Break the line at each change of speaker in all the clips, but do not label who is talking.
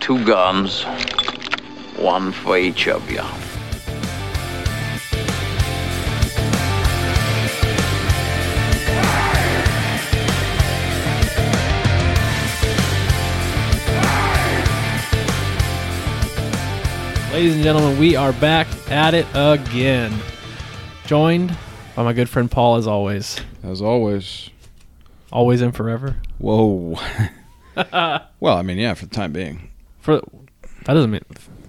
two guns, one for each of you.
Ladies and gentlemen, we are back at it again. Joined by my good friend Paul, as always.
As always.
Always and forever.
Whoa. well, I mean, yeah, for the time being.
For That doesn't mean.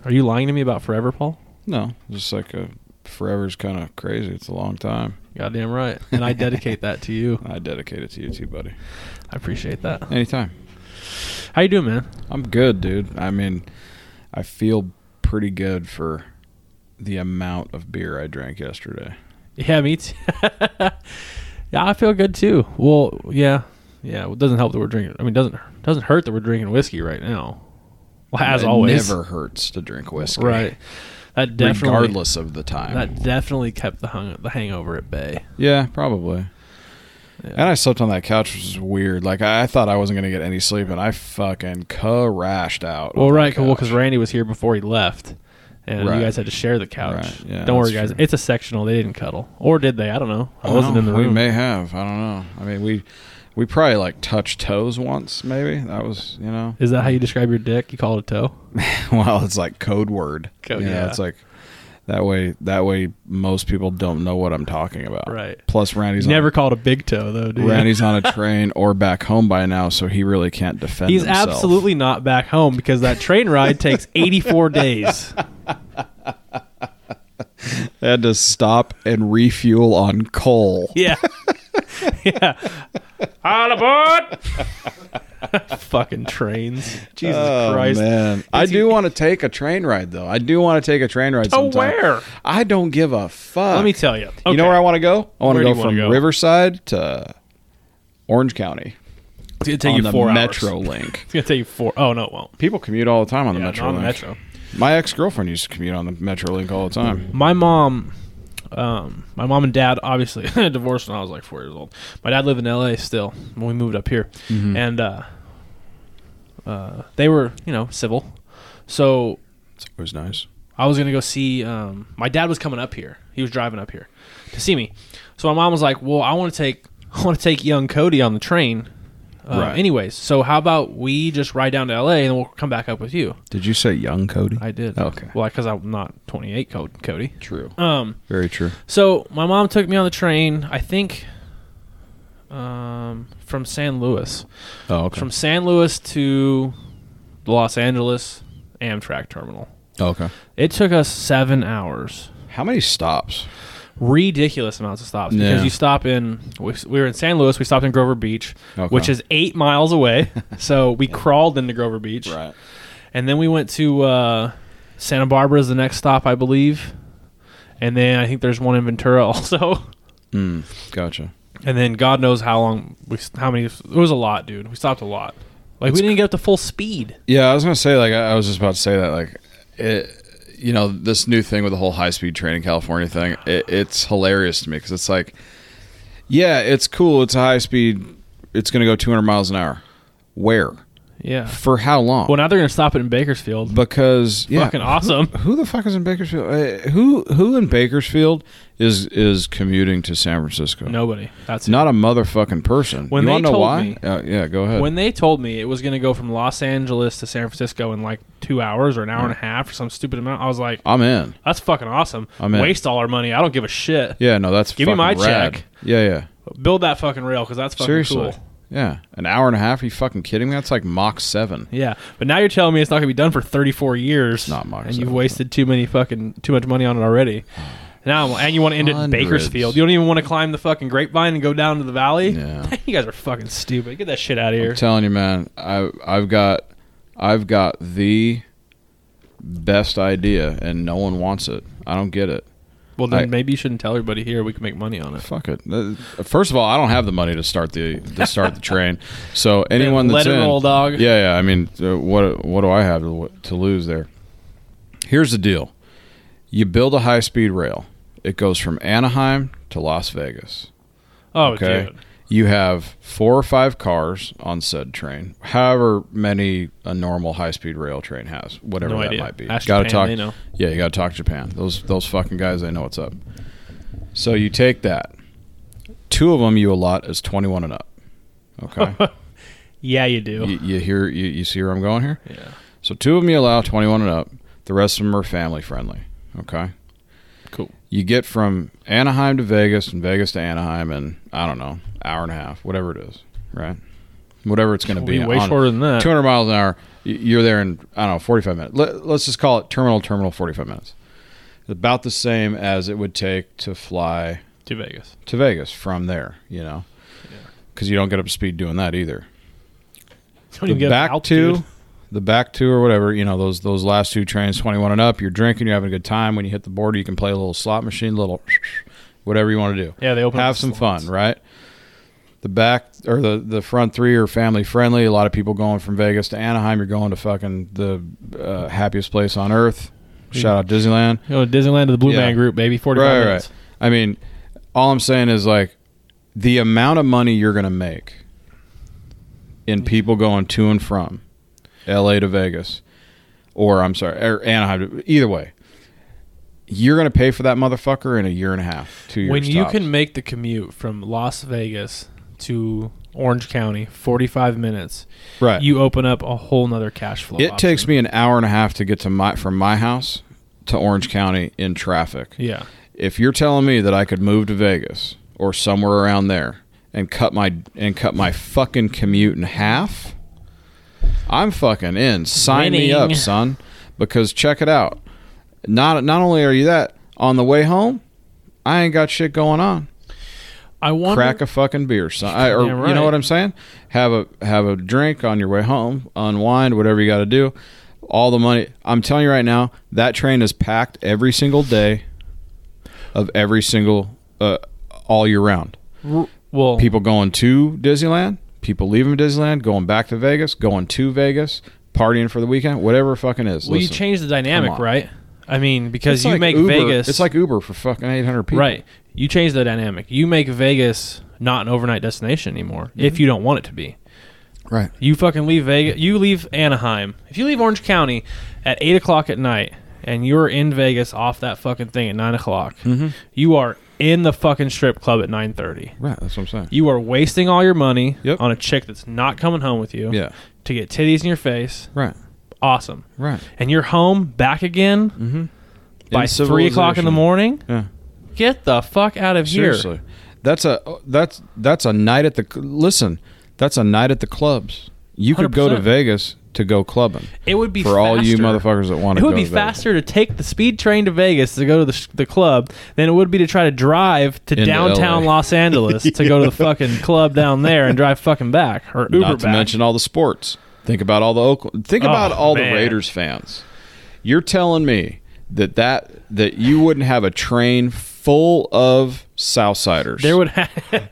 Are you lying to me about forever, Paul?
No, just like a forever's kind of crazy. It's a long time.
Goddamn right. And I dedicate that to you.
I dedicate it to you too, buddy.
I appreciate that.
Anytime.
How you doing, man?
I'm good, dude. I mean, I feel pretty good for the amount of beer I drank yesterday.
Yeah, me too. yeah, I feel good too. Well, yeah, yeah. It doesn't help that we're drinking. I mean, doesn't doesn't hurt that we're drinking whiskey right now. Well, as
it
always,
never hurts to drink whiskey.
right. That definitely,
Regardless of the time.
that definitely kept the hung the hangover at bay.
Yeah, probably.
Yeah.
And I slept on that couch, which is weird. Like I, I thought I wasn't gonna get any sleep, and I fucking crashed out.
Well,
on
right,
that
well,
couch.
because Randy was here before he left, and
Right.
you guys had to share the couch.
Right, yeah,
Don't worry,
that's
guys.
true.
It's a sectional. They didn't cuddle, or did they? I don't know. I wasn't
Well,
in the
We
room.
may have. I don't know. I mean, we we probably like touched toes once, maybe. That was, you know.
Is that how you describe your dick? You call it a toe?
well, it's like code word.
Code-
You know,
yeah.
It's like that way. That way, most people don't know what I'm talking about.
Right.
Plus, Randy's
He's
on-
never called a big toe though, dude.
Randy's on a train or back home by now, so he really can't defend.
He's
himself.
absolutely not back home because that train ride takes 84 days.
They had to stop and refuel on coal.
Yeah. yeah. All aboard! Fucking trains. Jesus Christ.
Oh, man, I
It's-
do want to take a train ride though. I do want to take a train ride.
Oh,
sometime.
where?
I don't give a fuck.
Let me tell you.
You know where I want to go? I
Where
want to
do
go
you wanna
from
go?
Riverside to Orange County
It's going to take
on
you
the
four
Metro
hours.
Link.
It's going to take you four. Oh, no, it won't.
People commute all the time on the
Yeah,
Metro
on the
Link.
Metro.
My ex girlfriend used to commute on the Metro Link all the time.
my mom um, my mom and dad obviously divorced when I was like four years old. My dad lived in LA still when we moved up here, and uh, uh, they were you know civil. So
It was nice.
I was gonna go see. Um, my dad was coming up here. He was driving up here to see me. So my mom was like, "Well, I want to take I want to take young Cody on the train." Uh,
Right.
Anyways, so how about we just ride down to LA and we'll come back up with you?
Did you say young Cody?
I did.
Okay.
Well, because I'm not 28, Co- Cody.
True.
Um.
Very true.
So my mom took me on the train. I think um, from San Luis,
Oh, okay.
from San Luis to the Los Angeles Amtrak terminal.
Oh, okay.
It took us seven hours.
How many stops?
Ridiculous amounts of stops
Yeah.
because you stop in. We, we were in San Luis. We stopped in Grover Beach,
Okay.
which is eight miles away. so we crawled into Grover Beach, and then we went to uh, Santa Barbara is the next stop, I believe. And then I think there's one in Ventura also.
Mm, gotcha.
And then God knows how long we, how many. It was a lot, dude. We stopped a lot. Like we didn't get up to full speed.
Yeah, I was gonna say like I I was just about to say that like it, you know, this new thing with the whole high speed train in California thing, it, it's hilarious to me because it's like, yeah, it's cool, it's a high speed, it's gonna go 200 miles an hour, where
Yeah.
for how long?
Well, now they're gonna stop it in Bakersfield.
because yeah,
Fucking awesome.
Who the fuck is in Bakersfield? Uh, who who in Bakersfield is is commuting to San Francisco?
Nobody. That's
not a motherfucking person.
When
you
they
wanna know
told
why?
me-
Uh, yeah, go ahead.
It. When they told me it was gonna go from Los Angeles to San Francisco in like two hours or an hour and a half or some stupid amount, I was like,
I'm in.
"That's fucking awesome.
I'm in.
Waste all our money. I don't give a shit.
Yeah, no, that's
Give me
fucking
my
rad.
check.
Yeah, yeah.
Build that fucking rail because that's fucking
Seriously.
cool."
Yeah. An hour and a half? Are you fucking kidding me? That's like Mach 7.
Yeah, but now you're telling me it's not gonna be done for 34 years.
not Mach
and
7,
you've
but-
wasted too many fucking too much money on it already. Now and you want to end it in
Hundreds.
Bakersfield. You don't even want to climb the fucking grapevine and go down to the valley.
Yeah.
you guys are fucking stupid. Get that shit out of here.
I'm telling you, man, I, I've got I've got the best idea and no one wants it. I don't get it.
well, then
I-
maybe you shouldn't tell everybody here. We can make money on it.
Fuck it. Th- First of all, I don't have the money to start the to start the train. So anyone
let
that's
it
in-
roll, dog.
Yeah, yeah. I mean, uh, what what do I have to, to lose there? Here's the deal: you build a high speed rail. It goes from Anaheim to Las Vegas.
Oh,
Okay.
dude.
you have four or five cars on said train, however many a normal high speed rail train has, whatever
No
that
idea.
might be.
Ask
gotta
Japan,
talk.
they know.
Yeah, you got to talk Japan. Those those fucking guys, they know what's up. So you take that. Two of them you allot as twenty one and up. Okay,
Yeah, you do.
you, you hear you, you see where I'm going here.
yeah.
So two of them you allow 21 and up. The rest of them are family friendly. Okay.
Cool.
You get from Anaheim to Vegas and Vegas to Anaheim in I don't know hour and a half, whatever it is, right? Whatever it's going to
Be
be.
way
on-
shorter than that.
200 miles an hour. y- You're there in I don't know 45 minutes. Let, let's just call it terminal terminal 45 minutes. About the same as it would take to fly
To Vegas.
to Vegas from there. You know, because you don't get up to speed doing that either
Don't even
the
get
back
altitude.
two, the back two or whatever, you know, those those last two trains, twenty one and up, you're drinking, you're having a good time. When you hit the border, you can play a little slot machine, little whatever you want to do.
Yeah, they open up
Have
the
some
slots.
fun, right? The back or the the front three are family friendly. A lot of people going from Vegas to Anaheim. You're going to fucking the uh, happiest place on earth. Shout out Disneyland.
You know, Disneyland to the Blue
Yeah.
Man Group, baby. Forty-five
Right,
minutes.
right. I mean, all I'm saying is like the amount of money you're going to make in
Mm-hmm.
people going to and from LA to Vegas, or I'm sorry, or Anaheim, to- either way, you're going to pay for that motherfucker in a year and a half, two years.
When you
tops.
can make the commute from Las Vegas to Orange County, forty-five minutes,
right.
you open up a whole nother cash flow.
it takes
option.
me an hour and a half to get to my from my house to Orange County in traffic.
Yeah.
if you're telling me that I could move to Vegas or somewhere around there and cut my and cut my fucking commute in half, I'm fucking in. Sign me up,
Winning.
son. Because check it out. Not not only are you that on the way home, I ain't got shit going on.
I wonder.
Crack a fucking beer, son. I, or
Damn
you know
right.
what I'm saying? Have a have a drink on your way home. Unwind, whatever you got to do. All the money. I'm telling you right now, that train is packed every single day of every single uh, all year round.
r- well,
People going to Disneyland, people leaving Disneyland, going back to Vegas, going to Vegas, partying for the weekend, whatever it fucking is.
well, you
Listen,
change the dynamic,
on.
right? I mean, because
it's
you
like
make
Uber-
Vegas.
It's like Uber for fucking 800 people.
Right. You change the dynamic. You make Vegas not an overnight destination anymore
Mm-hmm.
if you don't want it to be.
Right.
You fucking leave Vegas. You leave Anaheim. If you leave Orange County at eight o'clock at night and you're in Vegas off that fucking thing at nine o'clock,
Mm-hmm.
you are in the fucking strip club at nine thirty.
Right. That's what I'm saying.
You are wasting all your money
Yep.
on a chick that's not coming home with you
Yeah.
to get titties in your face.
Right.
Awesome.
Right.
And you're home back again by
Mm-hmm. In
three o'clock in the
civilization.
morning.
Yeah.
Get the fuck out of
Seriously.
here.
That's a oh, that's that's a night at the cl- listen. That's a night at the clubs. You could go to
100%.
Vegas to go clubbing.
It would be
for all you
faster.
motherfuckers that want
It
to go.
would be
to Vegas.
faster to take the speed train to Vegas to go to the, the club than it would be to try to drive to
Into
downtown
LA.
Los Angeles to go to the fucking club down there and drive fucking back or Uber
Not to
back.
mention all the sports. Think about all the Oakland. Think
Oh,
about all
man.
the Raiders fans. You're telling me that that that you wouldn't have a train full of Southsiders
there would ha-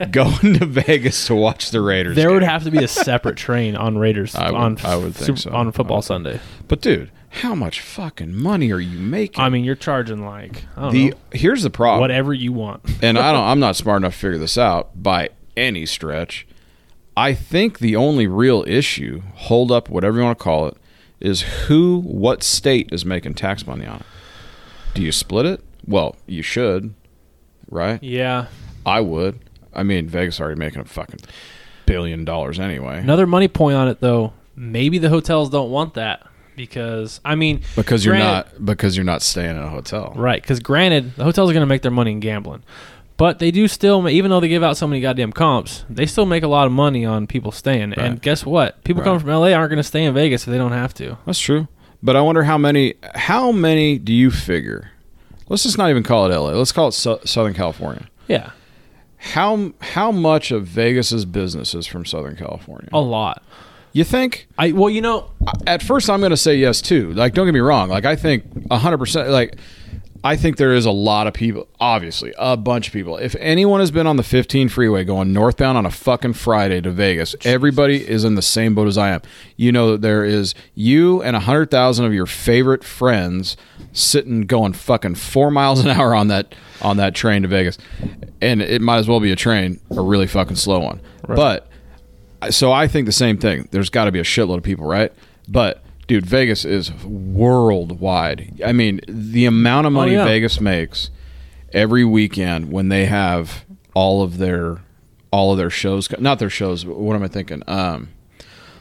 going to Vegas to watch the Raiders.
there would
game.
have to be a separate train on Raiders
I would-
on
I would think so.
on
I
football
would think-
Sunday.
But dude, how much fucking money are you making?
I mean, you're charging like I don't
the
know,
here's the problem.
whatever you want.
and I don't I'm not smart enough to figure this out by any stretch. I think the only real issue, hold up, whatever you want to call it, is who what state is making tax money on it. Do you split it? Well, you should, right?
Yeah,
I would. I mean, Vegas already making a fucking billion dollars anyway.
another money point on it though. Maybe the hotels don't want that because I mean
Because you're
granted-
not because you're not staying in a hotel.
Right, because granted, the hotels are going to make their money in gambling, but they do still, ma- even though they give out so many goddamn comps, they still make a lot of money on people staying. And
Right.
guess what? People coming from LA aren't going to stay in Vegas if they don't have to.
That's true. But I wonder how many how many do you figure? Let's just not even call it LA. Let's call it Sou- Southern California.
Yeah,
How how much of Vegas's business is from Southern California?
a lot.
You think?
I well, you know,
At first, I'm going to say yes too. Like, don't get me wrong. Like, I think 100. percent Like, I think there is a lot of people, obviously, a bunch of people. If anyone has been on the 15 freeway going northbound on a fucking Friday to Vegas, everybody is in the same boat as I am. You know that there is you and 100,000 of your favorite friends sitting going fucking 4 miles an hour on that on that train to Vegas. And it might as well be a train, a really fucking slow one. But so I think the same thing. There's got to be a shitload of people, right? But dude, Vegas is worldwide. I mean, the amount of money
Oh, yeah.
Vegas makes every weekend when they have all of their all of their shows, not their shows. But what am I thinking? Um,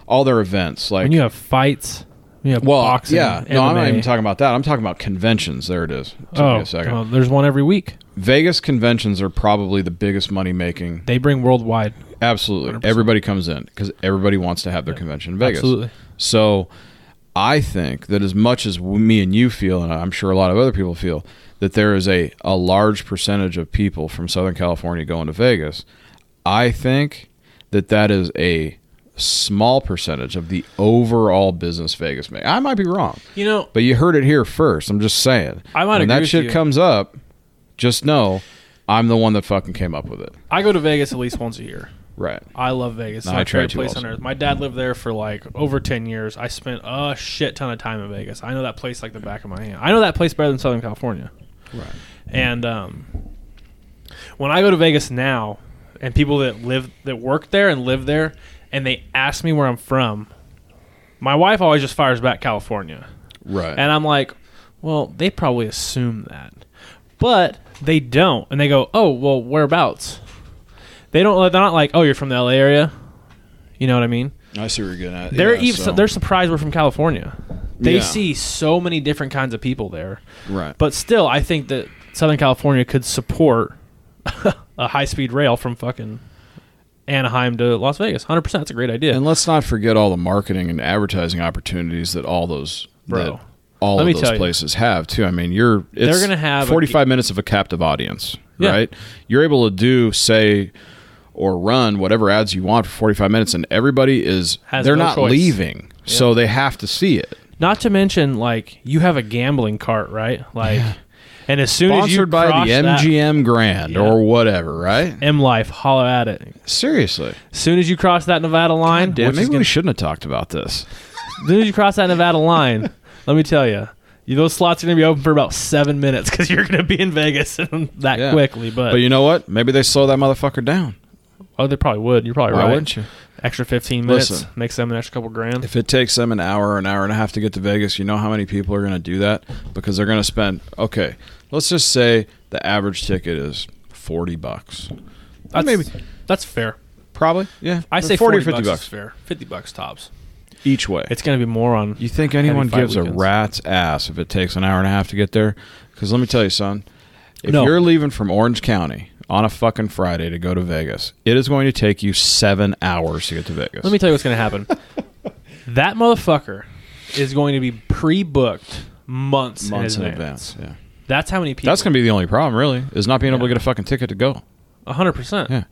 all their events, like
When you have fights, when you have
well,
boxing.
yeah. No, I'm not
MMA.
even talking about that. I'm talking about conventions. There it is. Took me a second.
oh, well, there's one every week.
Vegas conventions are probably the biggest money making
They bring worldwide.
Absolutely.
100%.
Everybody comes in because everybody wants to have their convention in Vegas.
Absolutely.
So I think that as much as w- me and you feel, and I'm sure a lot of other people feel, that there is a, a large percentage of people from Southern California going to Vegas, I think that that is a small percentage of the overall business Vegas makes. I might be wrong,
You know,
but you heard it here first. I'm just saying.
I might
When
agree
that
with
shit
you.
comes up, just know I'm the one that fucking came up with it.
I go to Vegas at least once a year.
Right.
I love Vegas. It's
No, I
my
tried
favorite
to
place on
also.
earth. My dad lived there for like over ten years. I spent a shit ton of time in Vegas. I know that place like the back of my hand. I know that place better than Southern California.
Right.
And um, when I go to Vegas now, and people that live that work there and live there, and they ask me where I'm from, my wife always just fires back California,
Right.
and I'm like, well, they probably assume that, but they don't, and they go, oh, well, whereabouts? They don't. They're not like, oh, you're from the LA area. You know what I mean?
I see what you're getting at.
They're
Yeah,
even
so-
they're surprised we're from California. They
Yeah.
see so many different kinds of people there.
right.
But still, I think that Southern California could support a high speed rail from fucking Anaheim to Las Vegas. 100%. That's a great idea.
and let's not forget all the marketing and advertising opportunities that all those
Bro.
that all
Let me
of
tell
those
you.
places have too. I mean, you're it's
They're gonna have a-
45 minutes of a captive audience,
Yeah.
right? You're able to do say or run whatever ads you want for 45 minutes and everybody is
Has
they're
no
not
choice.
leaving. So they have to see it.
Not to mention, like, you have a gambling cart, right? Like, and as soon as you
Sponsored by
cross
the
that
MGM Grand
Yeah.
or whatever, right?
M Life, holler at it.
Seriously.
As soon as you cross that Nevada line,
Damn,
which
maybe
is gonna-
we shouldn't have talked about this.
as soon as you cross that Nevada line, let me tell you, those slots are going to be open for about seven minutes because you're going to be in Vegas that
Yeah.
quickly. But,
But you know what? Maybe they slow that motherfucker down.
oh, they probably would. You're probably
Why
right.
wouldn't you?
extra 15 minutes
Listen.
makes them an extra couple grand
If it takes them an hour, an hour and a half to get to Vegas, you know how many people are going to do that because they're going to spend. Okay, let's just say the average ticket is forty bucks.
that's,
maybe-
that's fair
Probably, yeah.
i
or
say 40,
or fifty
bucks,
bucks,
is fair 50 bucks tops
each way.
it's gonna be more on
you think anyone
fight
gives
weekends.
a rat's ass if it takes an hour and a half to get there? Because let me tell you, son, if
No.
you're leaving from Orange County on a fucking Friday to go to Vegas, it is going to take you seven hours to get to Vegas.
let me tell you what's gonna happen that motherfucker is going to be pre-booked months,
months in advance. Yeah,
that's how many people
that's going to be the only problem, really, is not being able to get a fucking ticket to go.
100%
Yeah.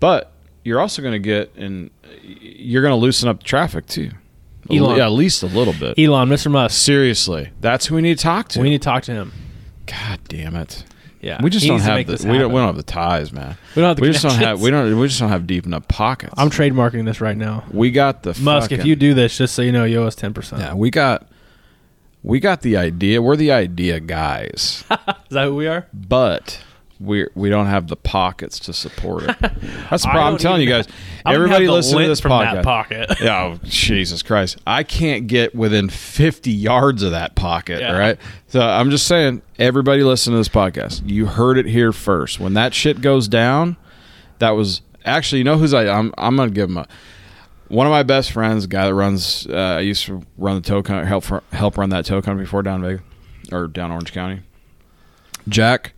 But you're also going to get and you're going to loosen up traffic too.
Elon.
Yeah, at least a little bit.
elon mr musk
Seriously, that's who we need to talk to.
we need to talk to him
God damn it.
yeah
We just
he
don't
needs to
have
make
the
this
we don't,
happen.
we don't have the ties, man.
We don't have the
we just don't have
connections.
we don't we just don't have deep enough pockets.
i'm trademarking this right now
we got the
musk if
fucking-
you do this just so you know you owe us 10%
yeah, we got we got the idea. We're the idea guys,
is that who we are
but we we don't have the pockets to support it. That's the
I
problem. I'm
don't
telling you
even-
guys,
I don't have
everybody
the
listening to
lint
this
from
podcast.
that pocket
Yeah, oh, Jesus Christ. I can't get within 50 yards of that pocket,
Yeah.
all right? So I'm just saying, everybody listen to this podcast. You heard it here first. When that shit goes down, that was actually, you know who's I, I'm, I'm going to give him a. One of my best friends, guy that runs, uh, I used to run the tow company, help, help run that tow company before down in Vegas or down Orange County. Jack,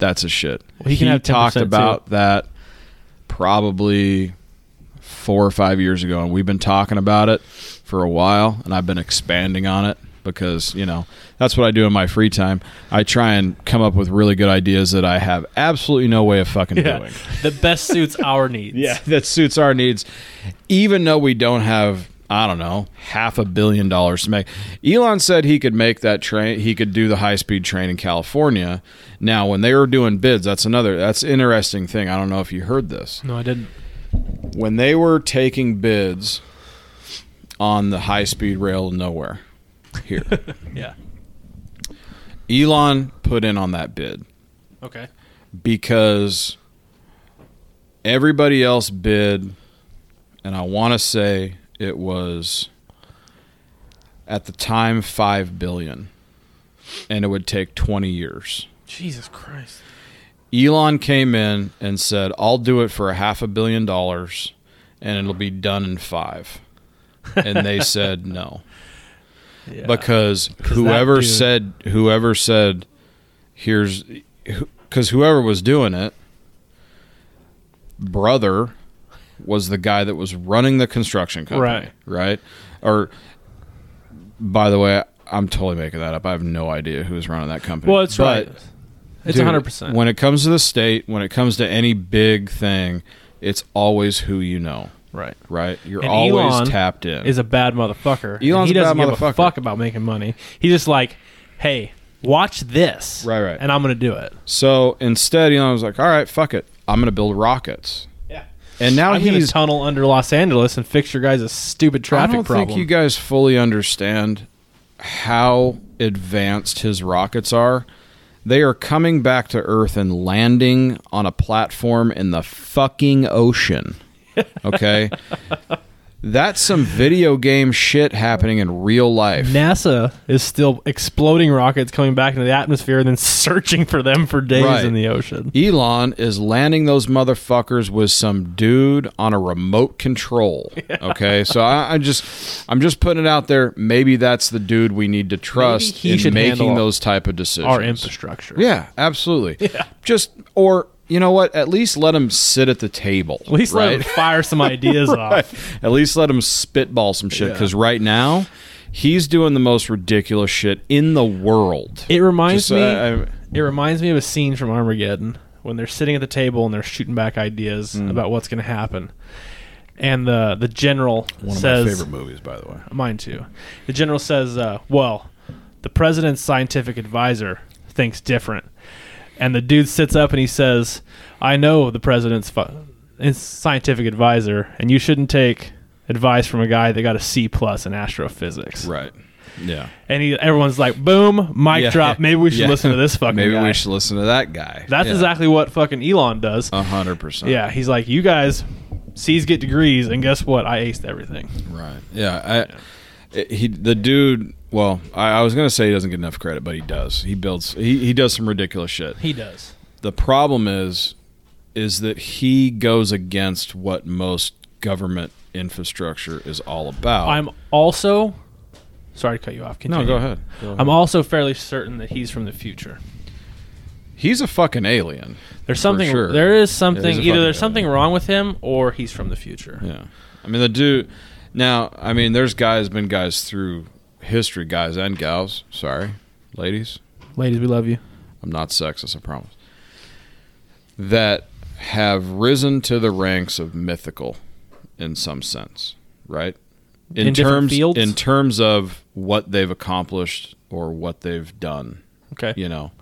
that's his shit.
Well, he can have 10%
talked
too.
about that probably four or five years ago, and we've been talking about it for a while, and I've been expanding on it because you know that's what I do in my free time. I try and come up with really good ideas that I have absolutely no way of fucking doing.
The best suits our needs.
Yeah, that suits our needs, even though we don't have. I don't know, half a billion dollars to make. Elon said he could make that train, he could do the high speed train in California. Now, when they were doing bids, that's another, that's interesting thing. I don't know if you heard this.
No, I didn't.
When they were taking bids on the high speed rail to nowhere here,
Yeah.
Elon put in on that bid.
Okay.
because everybody else bid, and I want to say it was at the time five billion, and it would take twenty years.
Jesus Christ.
Elon came in and said, "I'll do it for a half a billion dollars, and it'll be done in five. And they said no
Yeah.
because
'Cause that
whoever
dude-
said whoever said here's because whoever was doing it brother was the guy that was running the construction company right right or by the way i'm totally making that up i have no idea who was running that company
well, it's
But,
right. It's
dude,
hundred percent.
when it comes to the state when it comes to any big thing it's always who you know
Right.
right you're
And
always
Elon
tapped in
Is a bad motherfucker. and
Elon's
he
a
doesn't
bad
give a
motherfucker.
fuck about making money. He's just like, hey, watch this.
Right, right.
And I'm gonna do it.
So instead, Elon was like, "All right, fuck it, I'm gonna build rockets."
Yeah.
And now
I'm gonna
he's.
tunnel under Los Angeles and fix your guys' stupid
I
traffic
don't
problem.
think you guys fully understand how advanced his rockets are. They are coming back to Earth and landing on a platform in the fucking ocean. Okay. That's some video game shit happening in real life.
NASA is still exploding rockets coming back into the atmosphere and then searching for them for days
Right.
in the ocean.
Elon is landing those motherfuckers with some dude on a remote control. Okay, so I, I just, I'm just putting it out there. Maybe that's the dude we need to trust
he
in
should
making
handle
those type of decisions.
Our infrastructure.
Yeah, absolutely. Just or you know what? At least let him sit at the table.
At least let
right?
them fire some ideas off.
At least let him spitball some shit.
Yeah.
Because right now, he's doing the most ridiculous shit in the world.
It reminds
Just,
me.
uh, I-
it reminds me of a scene from Armageddon when they're sitting at the table and they're shooting back ideas
Mm.
about what's going to happen, and the the general
One of
says,
my favorite movies, by the way.
mine too. The general says, uh, "Well, the president's scientific advisor thinks different," and the dude sits up and he says, "I know the president's fu- his scientific advisor, and you shouldn't take advice from a guy that got a C plus in astrophysics."
right. Yeah.
And he, everyone's like, "Boom, mic
Yeah.
drop. Maybe we should
Yeah.
listen to this fucking
Maybe
guy."
we should listen to that guy.
That's
Yeah. Uh-huh.
exactly what fucking Elon does.
A hundred percent.
yeah, he's like, "You guys." C's get degrees, and guess what? I aced everything.
Right. Yeah. I, it- he the dude. Well, I, I was gonna say he doesn't get enough credit, but he does. He builds. He he does some ridiculous shit.
He does.
The problem is, is that he goes against what most government infrastructure is all about.
I'm also sorry to cut you off.
Oh. no.
Continue.
Go ahead.
I'm also fairly certain that he's from the future.
He's a fucking alien.
There's something.
sure.
There is
Yeah,
something.
he's a
either
fucking
there's
guy.
something wrong with him, or he's from the future.
Yeah. I mean the dude. Now I mean there's guys been guys through history, guys and gals. Sorry, ladies.
Ladies, we love you.
I'm not sexist, I promise. That have risen to the ranks of mythical in some sense, right?
In different
terms
fields?
in terms of what they've accomplished or what they've done,
Okay.
you know.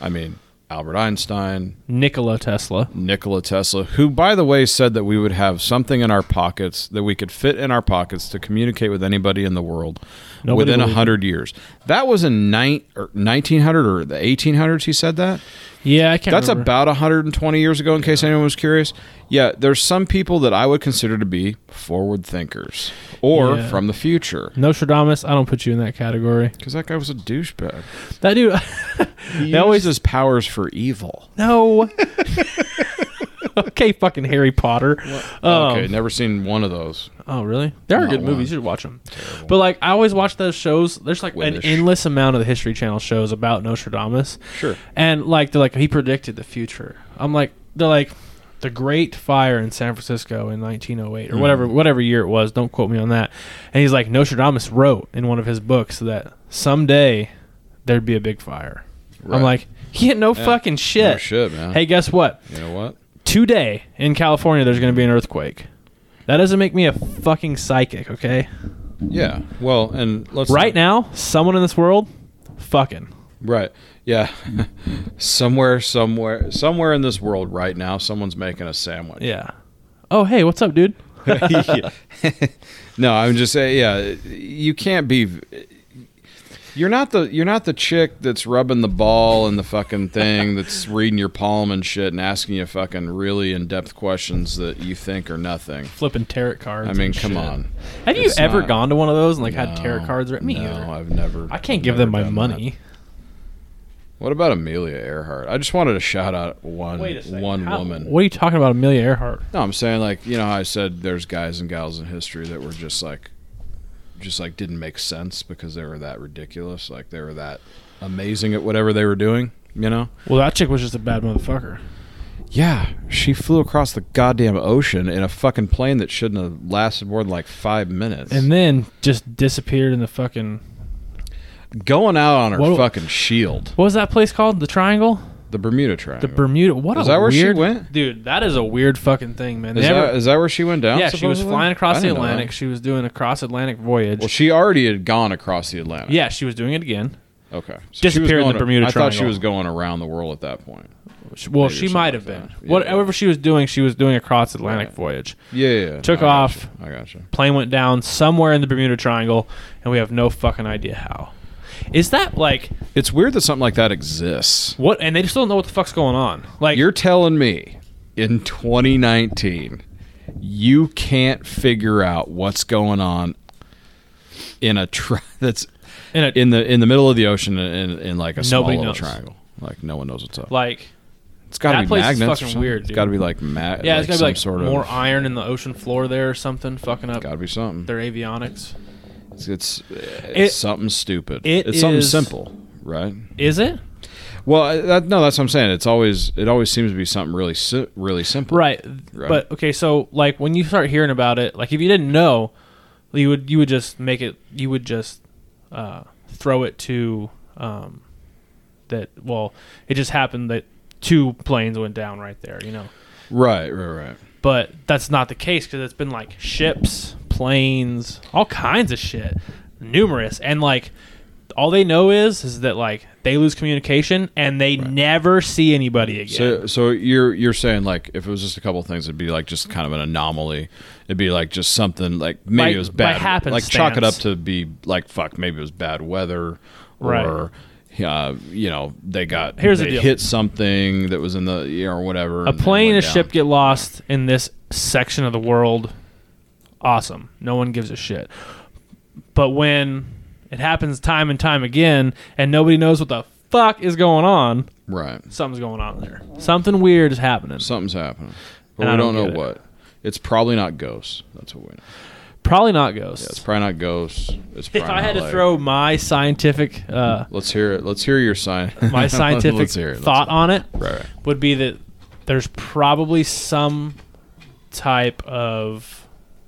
I mean, Albert Einstein,
Nikola Tesla.
Nikola Tesla, who by the way said that we would have something in our pockets that we could fit in our pockets to communicate with anybody in the world
Nobody
within
believed him.
100 years. That was in nine, or 1900 or the 1800s he said that.
Yeah, I can't.
That's
remember.
about 120 years ago, in case anyone was curious. Yeah, there's some people that I would consider to be forward thinkers or
Yeah.
from the future.
Nostradamus. I don't put you in that category.
Because that guy was a douchebag.
That dude.
He always his powers for evil.
no. okay, fucking Harry Potter. Um,
okay, never seen one of those.
Oh, really? There are
Not
good
one.
movies. You should watch them. But like, I always watch those shows. There's like an
Wimmish.
endless amount of the History Channel shows about Nostradamus.
Sure.
And like, they're like, he predicted the future. I'm like, they're like, the Great Fire in San Francisco in 1908 or
Hmm.
whatever, whatever year it was. Don't quote me on that. And he's like, Nostradamus wrote in one of his books that someday there'd be a big fire.
Right.
I'm like, yeah, no fucking shit.
No shit, man.
Hey, guess what?
You know what?
Today in California, there's going to be an earthquake. That doesn't make me a fucking psychic, okay?
Yeah. Well, and let's
Right now, someone in this world, fucking.
Right. Yeah. somewhere, somewhere, somewhere in this world right now, someone's making a sandwich.
Yeah. Oh, hey, what's up, dude?
no, I'm just saying. Yeah, you can't be. You're not the you're not the chick that's rubbing the ball and the fucking thing that's reading your palm and shit and asking you fucking really in depth questions that you think are nothing.
Flipping tarot cards.
I mean,
and
come
shit.
on.
Have you
It's
ever
not-
gone to one of those and like had
No,
tarot cards? Or, me
no,
either.
I've never.
I can't
I've
give
never
them my
done
money.
that. What about Amelia Earhart? I just wanted to shout out one one
How-
woman.
What are you talking about, Amelia Earhart?
No, I'm saying like you know how I said there's guys and gals in history that were just like, just like didn't make sense because they were that ridiculous, like they were that amazing at whatever they were doing. You know?
Well, that chick was just a bad motherfucker.
Yeah, she flew across the goddamn ocean in a fucking plane that shouldn't have lasted more than like five minutes.
And then just disappeared in the fucking.
going out on her
What-
fucking shield,
What was that place called? The Triangle?
the Bermuda
The
Triangle.
Bermuda. What
Is
a
that where she
weird-
went?
Dude, that is a weird fucking thing, man. They
is,
never-
that, is that where she went down?
yeah, she was
Oh, supposedly?
flying
I
across the
didn't know that.
Atlantic. She was doing a cross Atlantic voyage.
Well, she already had gone across the Atlantic.
yeah, she was doing it again.
Okay. So she was
Disappeared in the
going-
Bermuda
I thought she
Triangle.
was going around the world at that point.
She- well,
Maybe or
she
something
might
like
have been.
that. Yeah.
Whatever she was doing, she was doing a cross Atlantic
Right.
voyage.
Yeah, yeah, yeah.
Took
I got
off.
you. I got you.
plane went down somewhere in the Bermuda Triangle, and we have no fucking idea how. Is that like
It's weird that something like that exists.
what? And they just don't know what the fuck's going on. Like
You're telling me in 2019 you can't figure out what's going on in a tri- that's
in a
in the in the middle of the ocean in, in, in like a small
Nobody
little
knows.
triangle. Like no one knows what's up.
like
it's got to
that
be
place is
magnets. or
fucking
something.
weird,
It's
dude.
got to be like mag.
yeah, it's gotta
some
be like
sort
more
of.
iron in the ocean floor there or something, fucking up
Got to be something.
their avionics.
It's it's, it's
It-
something stupid.
it
it's something
is-
simple, right?
Is it
Well, I- that, no, that's what I'm saying. It's always it always seems to be something really si- really simple.
right.
Right.
But okay, so like when you start hearing about it, like if you didn't know, you would you would just make it. You would just uh, throw it to um, that. Well, it just happened that two planes went down right there. You know.
Right, right, right.
but that's not the case because it's been like ships, planes, all kinds of shit, numerous, and like all they know is is that like they lose communication and they never see anybody again.
So, so you're you're saying like if it was just a couple things, it'd be like just kind of an anomaly. It'd be like just something like maybe
By-
it was
by
bad. like chalk it up
happenstance.
to be like fuck. Maybe it was bad weather,
Right.
or uh, you know they got
Here's the
they
deal.
hit something that was in the you know, or whatever.
a plane, a ship get lost in this section of the world. Awesome. No one gives a shit. But when it happens time and time again, and nobody knows what the fuck is going on,
right.
something's going on there. Something weird is happening.
Something's happening, but
And
we
I don't
don't, know
get it.
what. It's probably not ghosts. That's what we know.
Probably not
It's
ghosts.
probably not ghosts. It's probably
if I had to
not like-
throw my scientific uh,
Let's hear it. Let's hear your sign.
my scientific
Let's hear it. Let's-
thought on it
Right, right.
would be that there's probably some type of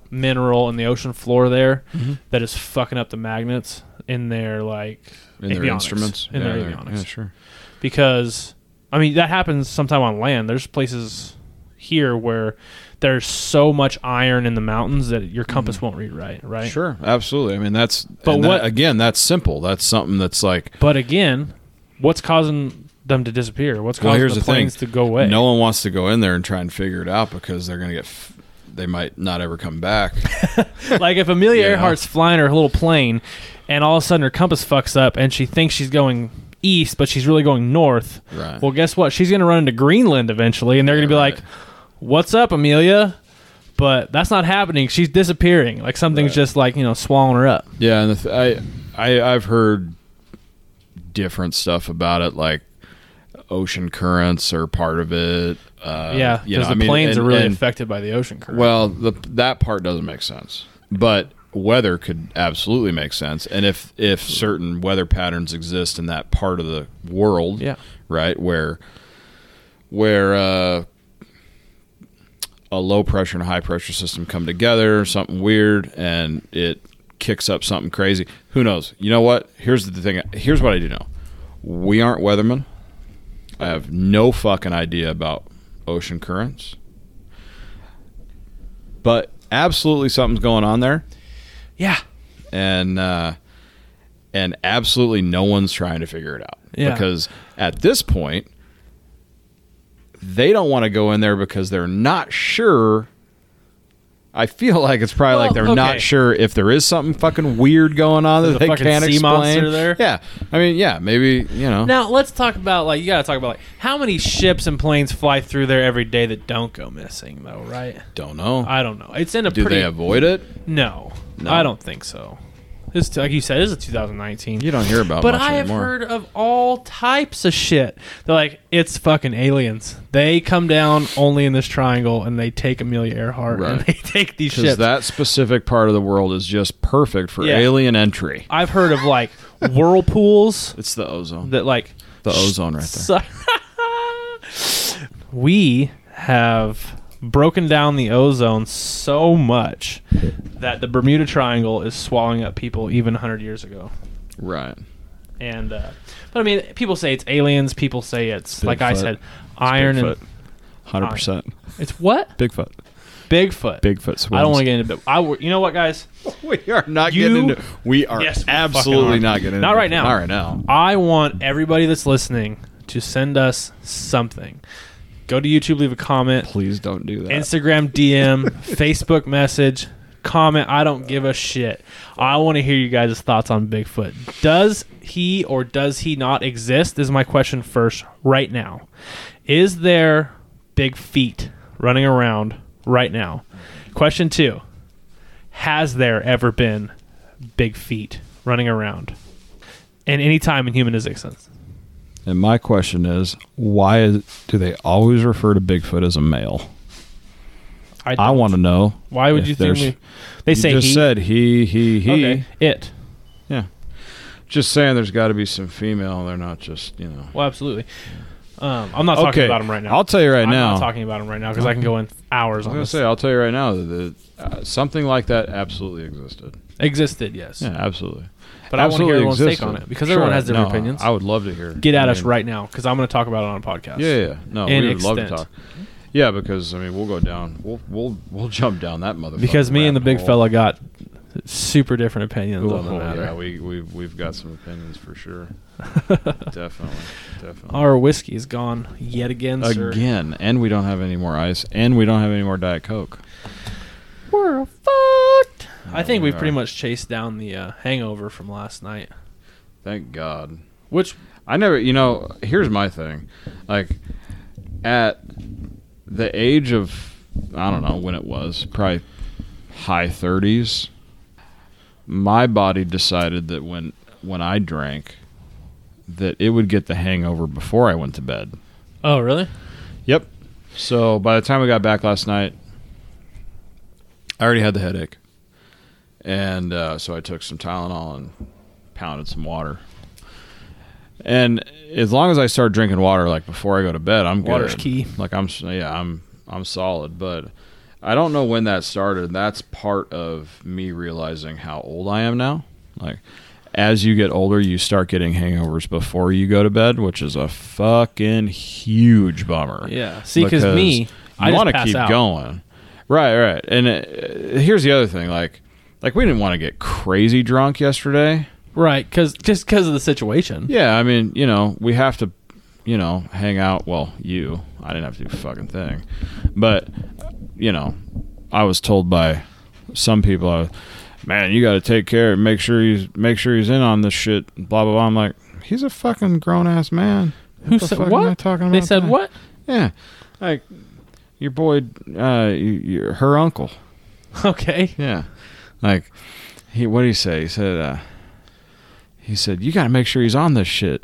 mineral in the ocean floor there
Mm-hmm.
that is fucking up the magnets in their like
In their
avionics,
instruments.
in
Yeah,
their
they're-
avionics
Yeah, sure.
because I mean that happens sometime on land. There's places here where there's so much iron in the mountains that your compass won't read right, right?
Mm-hmm. Sure, absolutely. I mean, that's
But
and that-
what-
again? That's simple. That's something that's like.
But again, what's causing them to disappear? What's
Well,
causing
here's
the
the thing.
planes to go away?
No one wants to go in there and try and figure it out because they're gonna get. F- they might not ever come back.
like if Amelia
Yeah.
Earhart's flying her little plane, and all of a sudden her compass fucks up, and she thinks she's going east, but she's really going north.
Right.
Well, guess what? She's going to run into Greenland eventually, and they're going to be
Right.
like, "What's up, Amelia?" But that's not happening. She's disappearing. Like something's
Right.
just like you know swallowing her up.
yeah, and the th- I, I, I've heard different stuff about it, like ocean currents are part of it. Uh,
yeah, because
you know,
the
I mean,
planes
and-
are really
and-
affected by the ocean current.
Well, the, that part doesn't make sense, but weather could absolutely make sense. And if if certain weather patterns exist in that part of the world,
Yeah.
right, where where uh, a low pressure and a high pressure system come together, something weird, and it kicks up something crazy. Who knows? You know what? Here's the thing. Here's what I do know. We aren't weathermen. I have no fucking idea about ocean currents. But absolutely something's going on there,
Yeah.
and uh, and absolutely no one's trying to figure it out
Yeah.
because at this point they don't want to go in there because they're not sure. I feel like it's probably like
Well,
they're
okay.
not sure if there is something fucking weird going on that
a
they
fucking
can't
sea
explain.
monster there?
Yeah, I mean, yeah, maybe you know.
Now let's talk about like you gotta talk about like how many ships and planes fly through there every day that don't go missing though, right?
don't know.
I don't know. It's in a
Do
pretty
they avoid it?
no,
No.
I don't think so. This like you said, this is 2019.
You don't hear about
But
much
I have
anymore.
heard of all types of shit. They're like, it's fucking aliens. They come down only in this triangle and they take Amelia Earhart and
Right.
they take these
because
ships.
that specific part of the world is just perfect for
Yeah.
alien entry.
I've heard of like whirlpools
It's the ozone.
that like
The ozone right there.
su- we have broken down the ozone so much that the Bermuda Triangle is swallowing up people even 100 years ago.
Right.
And uh, but I mean, people say it's aliens. People say it's like I
Bigfoot.
said, iron and
Bigfoot. Hundred percent.
it's what
Bigfoot.
Bigfoot.
Bigfoot swims.
I don't want to get into Bigfoot. I wor- you know what, guys?
We are not
You-
getting into. We are
Yes, we fucking
absolutely
are.
not getting. into
Not right
Bigfoot.
now. Uh,
Not right now.
I want everybody that's listening to send us something. Go to YouTube, leave a comment.
Please don't do that.
Instagram DM, Facebook message, comment. I don't give a shit. I want to hear you guys' thoughts on Bigfoot. Does he or does he not exist? Is my question first right now. Is there big feet running around right now? Question two Has there ever been big feet running around? And any time in human existence.
and my question is, why is, do they always refer to Bigfoot as a male? I want to know.
Why would
if
you think
there's-
we, they say
just
he?
said he, he, he.
Okay, it.
Yeah. Just saying, there's got to be some female. They're not just you know.
Well, absolutely. Um, I'm not talking
Okay,
about him right now.
I'll tell you right
I'm
now.
not talking about him right now because I can go in hours
I was
on
gonna
this.
say, I'll tell you right now that uh, something like that absolutely existed.
Existed, yes.
uh, Yeah, absolutely.
But I wanna hear
Absolutely
everyone's take
existed.
on it, because everyone has different
No,
opinions.
I would love to hear.
Get at
I
us
mean,
right now because I'm going to talk about it on a podcast.
Yeah, yeah. No,
In
we would love to
extent.
talk. Yeah, because I mean, we'll go down. We'll we'll we'll jump down that motherfucker.
Because me and the big fella got super different opinions on the matter.
yeah, we we we've got some opinions for sure. definitely, definitely.
Our whiskey is gone yet again, sir.
Again, and we don't have any more ice, and we don't have any more Diet Coke.
We're fucked. I think
we
we've pretty
are.
much chased down the uh, hangover from last night,
Thank God.
which
I never, you know, here's my thing. Like, at the age of, I don't know when it was, probably high 30s, my body decided that when, when I drank, that it would get the hangover before I went to bed.
Oh, really?
Yep. So by the time we got back last night, I already had the headache. And uh, so I took some Tylenol and pounded some water. And as long as I start drinking water, like before I go to bed, I'm
Water's
good.
key.
Like I'm, yeah, I'm, I'm solid. But I don't know when that started. That's part of me realizing how old I am now. Like as you get older, you start getting hangovers before you go to bed, which is a fucking huge bummer.
Yeah. See, because me, I
you
want to
wanna keep going. Right, right. And uh, here's the other thing, like, like we didn't want to get crazy drunk yesterday.
Right, because just because of the situation.
Yeah, I mean, you know, we have to, you know, hang out. Well, you, I didn't have to do a fucking thing, but you know, I was told by some people, I was, man, you got to take care, make sure he's make sure he's in on this shit. Blah blah blah. I'm like, he's a fucking grown ass man.
Who
the
said
fuck am
what?
I talking
they
about
said
that?
what?
Yeah, like your boy, uh, y your, her uncle.
Okay.
Yeah. Like he what did he say? He said uh he said, You gotta make sure he's on this shit.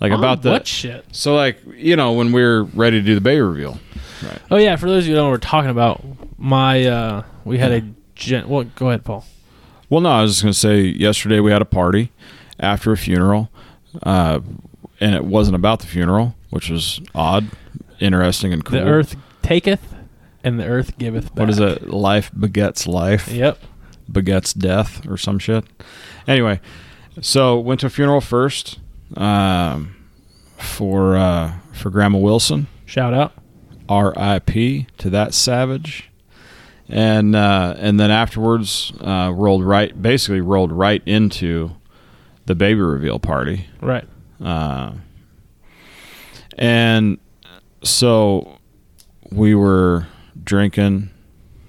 Like about
Oh,
the
what shit?
So like, you know, when we're ready to do the Bay reveal.
Oh yeah, for those of you who don't know what we're talking about, my uh we had a gen well go ahead, Paul.
Well no, I was just gonna say yesterday we had a party after a funeral. Uh and it wasn't about the funeral, which was odd, interesting and cool.
The earth taketh and the earth giveth back.
what is it? Life begets life.
Yep.
begets death or some shit. Anyway, so went to a funeral first um, for uh, for Grandma Wilson.
Shout out.
R.I.P. to that savage. and uh, and then afterwards uh, rolled right, basically rolled right into the baby reveal party,
Right.
uh, and so we were drinking,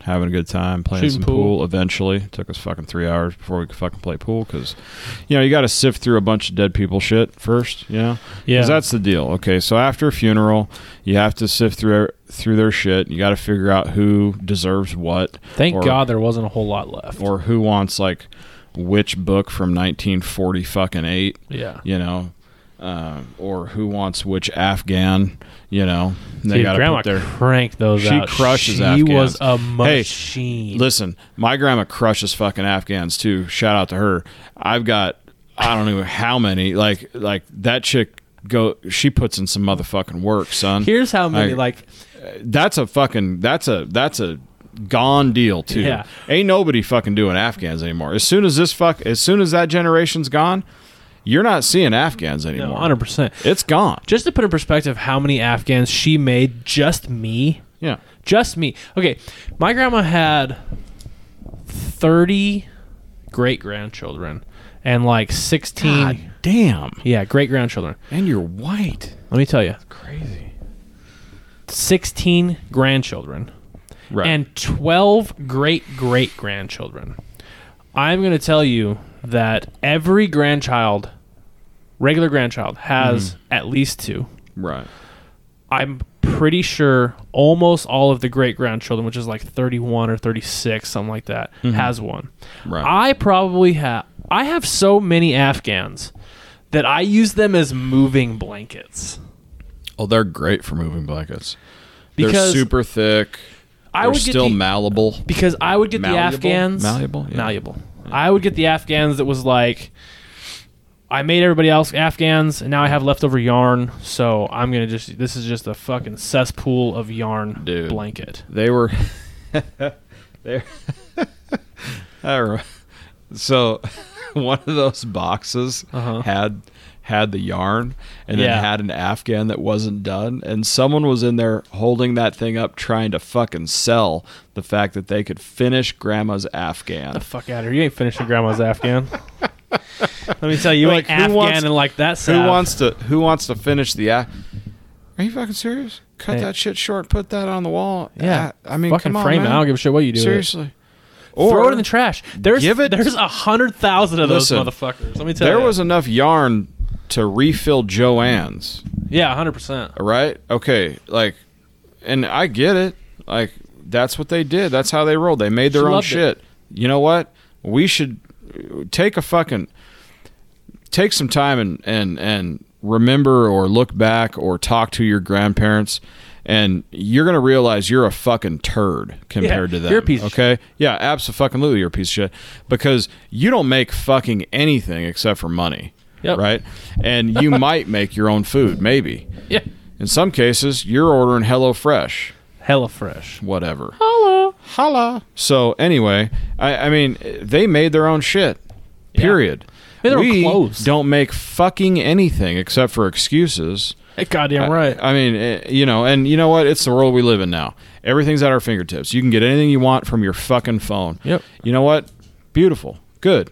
having a good time, playing
Shooting
some pool.
pool.
Eventually, took us fucking three hours before we could fucking play pool because you know you got to sift through a bunch of dead people shit first, you know.
Yeah.
Because that's the deal. Okay, so after a funeral, you have to sift through e, through their shit. You got to figure out who deserves what,
Thank
or-
God there wasn't a whole lot left.
or who wants like which book from nineteen forty fucking eight.
yeah.
You know, um, or who wants which Afghan. You know, they
Dude,
gotta
grandma
put their-
cranked those
She
out.
crushes
She
Afghans.
was a
Hey,
machine.
Listen, my grandma crushes fucking Afghans too. Shout out to her. I've got I don't know how many like like that chick go she puts in some motherfucking work, son.
Here's how many,
I-
like,
that's a fucking that's a that's a gone deal too.
Yeah.
Ain't nobody fucking doing Afghans anymore. As soon as this fuck as soon as that generation's gone, you're not seeing Afghans
no,
anymore.
100%.
It's gone.
Just to put in perspective how many Afghans she made, just me,
Yeah.
just me. Okay, my grandma had 30 great grandchildren and like 16.
God damn.
Yeah, great grandchildren.
And you're white.
Let me tell you
Crazy.
16 grandchildren.
Right.
and 12 great great grandchildren. I'm going to tell you that every grandchild, regular grandchild, has at least two.
right.
I'm pretty sure almost all of the great grandchildren, which is like 31 or 36, something like that, has one.
Mm-hmm. Right.
I probably have. I have so many Afghans that I use them as moving blankets.
oh, they're great for moving blankets. they're
Because
super thick.
I
they're
would get
still
the-
malleable.
because I would get
Malleable?
the Afghans
Malleable, yeah.
malleable. I would get the Afghans that was like, I made everybody else Afghans, and now I have leftover yarn, so I'm gonna just this is just a fucking cesspool of yarn
Dude.
blanket.
They were. they. I re- so, one of those boxes
Uh-huh.
had had the yarn, and
Yeah.
it had an Afghan that wasn't done, and someone was in there holding that thing up, trying to fucking sell the fact that they could finish Grandma's Afghan.
The fuck out of here! You ain't finishing grandma's Afghan. Let me tell you, you
Like,
ain't
who
Afghan
wants-
and like that.
Who
Sav.
wants to? Who wants to finish the? Af- Are you fucking serious? Cut
Hey.
that shit short. Put that on the wall.
Yeah,
I, I mean,
fucking
come on,
frame
man.
it. I don't give a shit what you do. with it.
Seriously.
throw
Or-
it in the trash. There's
give it-
there's a hundred thousand of
Listen,
those motherfuckers. Let me tell
there
you,
was enough yarn to refill Joanne's,
yeah, hundred percent.
right? Okay, like, and I get it. Like, that's what they did. That's how they rolled. They made their
She
own
loved it.
shit. You know what? We should uh, take a fucking take some time and and and remember or look back or talk to your grandparents and you're gonna realize you're a fucking turd compared
Yeah,
to them.
you're a piece of shit.
okay? Yeah, absolutely you're a piece of shit. Because you don't make fucking anything except for money.
Yep.
Right? And you might make your own food, maybe.
Yeah,
In some cases, you're ordering HelloFresh,
hella fresh.
whatever.
Hello.
Holla. So anyway, I, I mean, they made their own shit. Period.
They made their own
we
clothes.
don't make fucking anything except for excuses.
Goddamn right.
I mean, eh, you know, and you know what? It's the world we live in now. Everything's at our fingertips. You can get anything you want from your fucking phone.
Yep.
You know what? Beautiful. Good.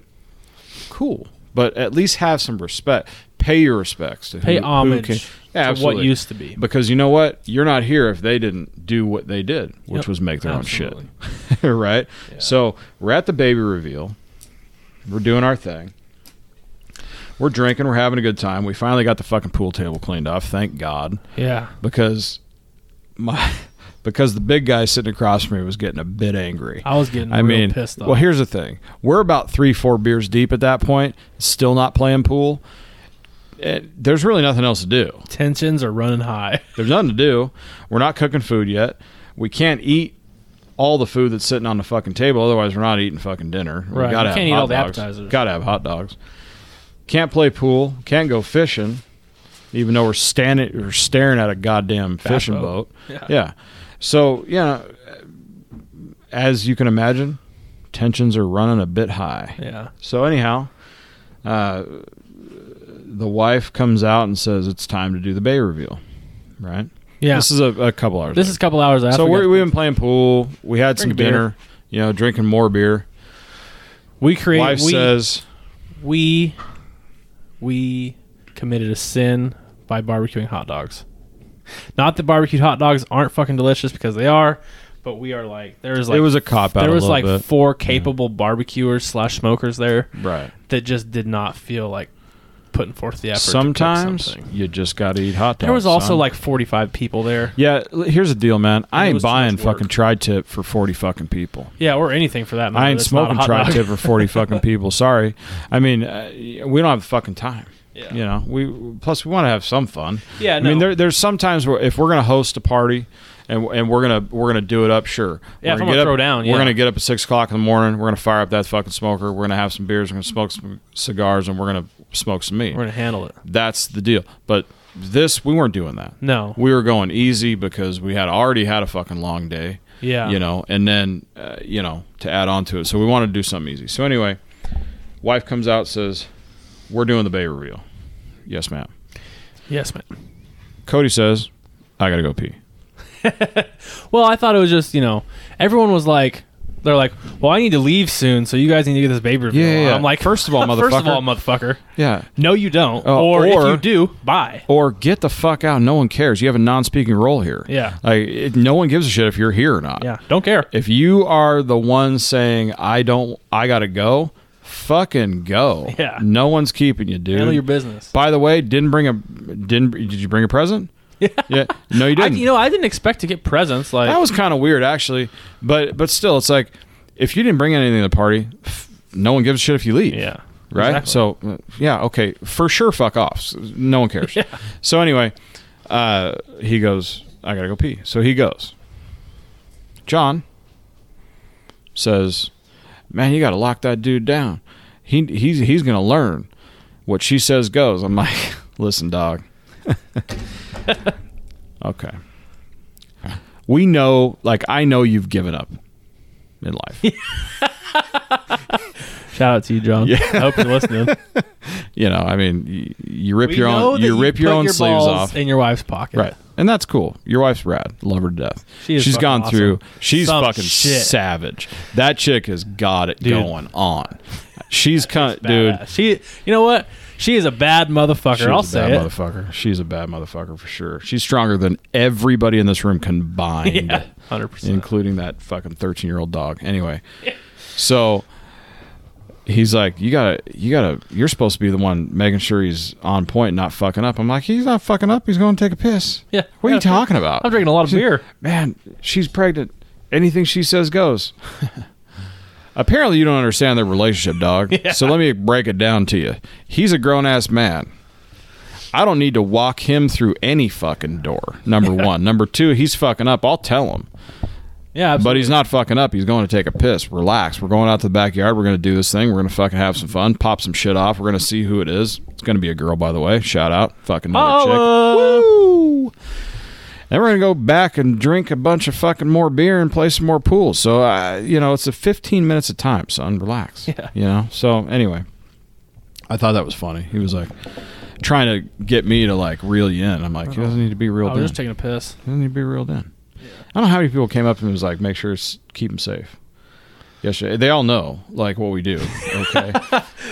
Cool. But at least have some respect. Pay your respects to
Pay
who, who
homage
can-
to
Yeah,
what
absolutely.
used to be.
Because you know what? You're not here if they didn't do what they did, which
Yep.
was make their
Absolutely.
own shit. right? So we're at the baby reveal. We're doing our thing. We're drinking. We're having a good time. We finally got the fucking pool table cleaned off. Thank God
Yeah.
because my because the big guy sitting across from me was getting a bit angry.
I was getting
I
real
mean,
pissed off.
well, here's the thing: we're about three, four beers deep at that point, still not playing pool. And there's really nothing else to do.
Tensions are running high.
There's nothing to do. We're not cooking food yet. We can't eat all the food that's sitting on the fucking table. Otherwise, we're not eating fucking dinner. We
Right. You
Gotta have
can't eat
hot
all the
dogs.
appetizers.
Gotta have hot dogs. Can't play pool. Can't go fishing. Even though we're standing, we're staring at a goddamn fishing boat.
boat.
Yeah.
Yeah.
So yeah, as you can imagine, tensions are running a bit high.
Yeah.
So anyhow, uh, the wife comes out and says it's time to do the bay reveal, right?
Yeah.
This is a, a couple hours.
This is a couple hours after.
so we're, we've been playing pool. We had some
Drink beer.
dinner. You know, drinking more beer.
we create
Wife
we,
says,
we we committed a sin by barbecuing hot dogs. Not that barbecued hot dogs aren't fucking delicious because they are, but we are like there was like
it was a cop out.
there
a
was
little
like
bit.
four capable barbecuers slash smokers there
right.
that just did not feel like putting forth the effort. to cook
Sometimes
something.
you just got to eat hot dogs.
there was also
son.
like forty five people there.
yeah. l- Here's the deal, man. I
it
ain't
was too much
buying
work.
fucking tri tip for forty fucking people.
Yeah, or anything for that matter.
I ain't
that's not a
smoking
hot
tri
dog.
tip for forty fucking people. Sorry. I mean, uh, we don't have the fucking time.
Yeah.
You know, we plus we want to have some fun.
Yeah,
I mean,
no.
there, there's sometimes where if we're gonna host a party. And, and we're gonna we're gonna do it up,
Yeah,
sure. we're
if
gonna
I'm
get
gonna
up-
throw down,
We're
yeah.
gonna get up at six o'clock in the morning. We're gonna fire up that fucking smoker. We're gonna have some beers. We're gonna smoke some cigars, and we're gonna smoke some meat.
We're gonna handle it.
That's the deal. But this, we weren't doing that.
No.
we were going easy because we had already had a fucking long day.
Yeah.
you know, and then uh, you know to add on to it, so we wanted to do something easy. So anyway, wife comes out says, "We're doing the Bay reveal." Yes, ma'am.
Yes, man.
Cody says, "I gotta go pee."
Well, I thought it was just you know everyone was like they're like, well, I need to leave soon, so you guys need to get this baby reveal.
Yeah, yeah,
on."
yeah.
I'm like,
First of all,
first of
motherfucker.
all, motherfucker.
Yeah.
No, you don't.
Oh,
or,
or-
if you do, bye.
Or get the fuck out. No one cares. You have a non-speaking role here.
Yeah.
Like it, no one gives a shit if you're here or not.
Yeah, don't care.
If you are the one saying I don't, I gotta go, fucking go.
Yeah.
No one's keeping you, dude.
Handle your business.
By the way, didn't bring a didn't did you bring a present? Yeah. No, you
I,
didn't.
you know, I didn't expect to get presents. Like,
that was kind of weird, actually. But but still, it's like if you didn't bring anything to the party, f- no one gives a shit if you leave.
yeah,
Right.
Exactly.
So uh, yeah, okay, for sure, fuck off. S- No one cares. So anyway, uh, he goes. I gotta go pee. So he goes. John says, "Man, you gotta lock that dude down. He he's he's gonna learn what she says goes." I'm like, "Listen, dog. okay, we know. Like, I know you've given up in life.
shout out to you, John.
Yeah.
I hope you're listening.
you know, I mean, you, you rip
We
your
know
own
that
you rip your
put
own sleeves
balls
off,
in your wife's pocket.
right? And that's cool. Your wife's rad, love her to death.
She is
she's
fucking
gone
awesome.
through. She's
Some
fucking
shit.
savage. That chick has got it
Dude.
going on. She's cunt, dude.
Badass. She, you know what? She is a bad motherfucker.
She's
I'll
a bad
say it.
motherfucker. She's a bad motherfucker for sure. She's stronger than everybody in this room combined,
Yeah, hundred percent.
including that fucking thirteen-year-old dog. Anyway, so he's like, "You gotta, you gotta, you're supposed to be the one making sure he's on point, not fucking up." I'm like, "He's not fucking up. He's going to take a piss."
Yeah,
What are
yeah,
you talking about?
I'm drinking a lot of
She's-
beer.
Man, she's pregnant. Anything she says goes. Apparently, you don't understand their relationship, dog. So let me break it down to you. He's a grown ass man. I don't need to walk him through any fucking door. Number one. Number two, he's fucking up. I'll tell him.
Yeah,
But
absolutely.
he's not fucking up. He's going to take a piss. Relax. We're going out to the backyard. We're going to do this thing. We're going to fucking have some fun. Pop some shit off. We're going to see who it is. It's going to be a girl, by the way. Shout out. Fucking
Oh,
another chick.
Holla.
Woo! And we're gonna go back and drink a bunch of fucking more beer and play some more pool. So, uh, you know, it's a 15 minutes of time, son. Relax.
Yeah.
You know. So anyway, I thought that was funny. He was like trying to get me to like reel you in. I'm like, you doesn't need to be
I
reeled
was
in.
just taking a piss.
doesn't need to be reeled in. I don't know how many people came up and was like, make sure it's keep him safe. Yesterday, they all know like what we do. Okay.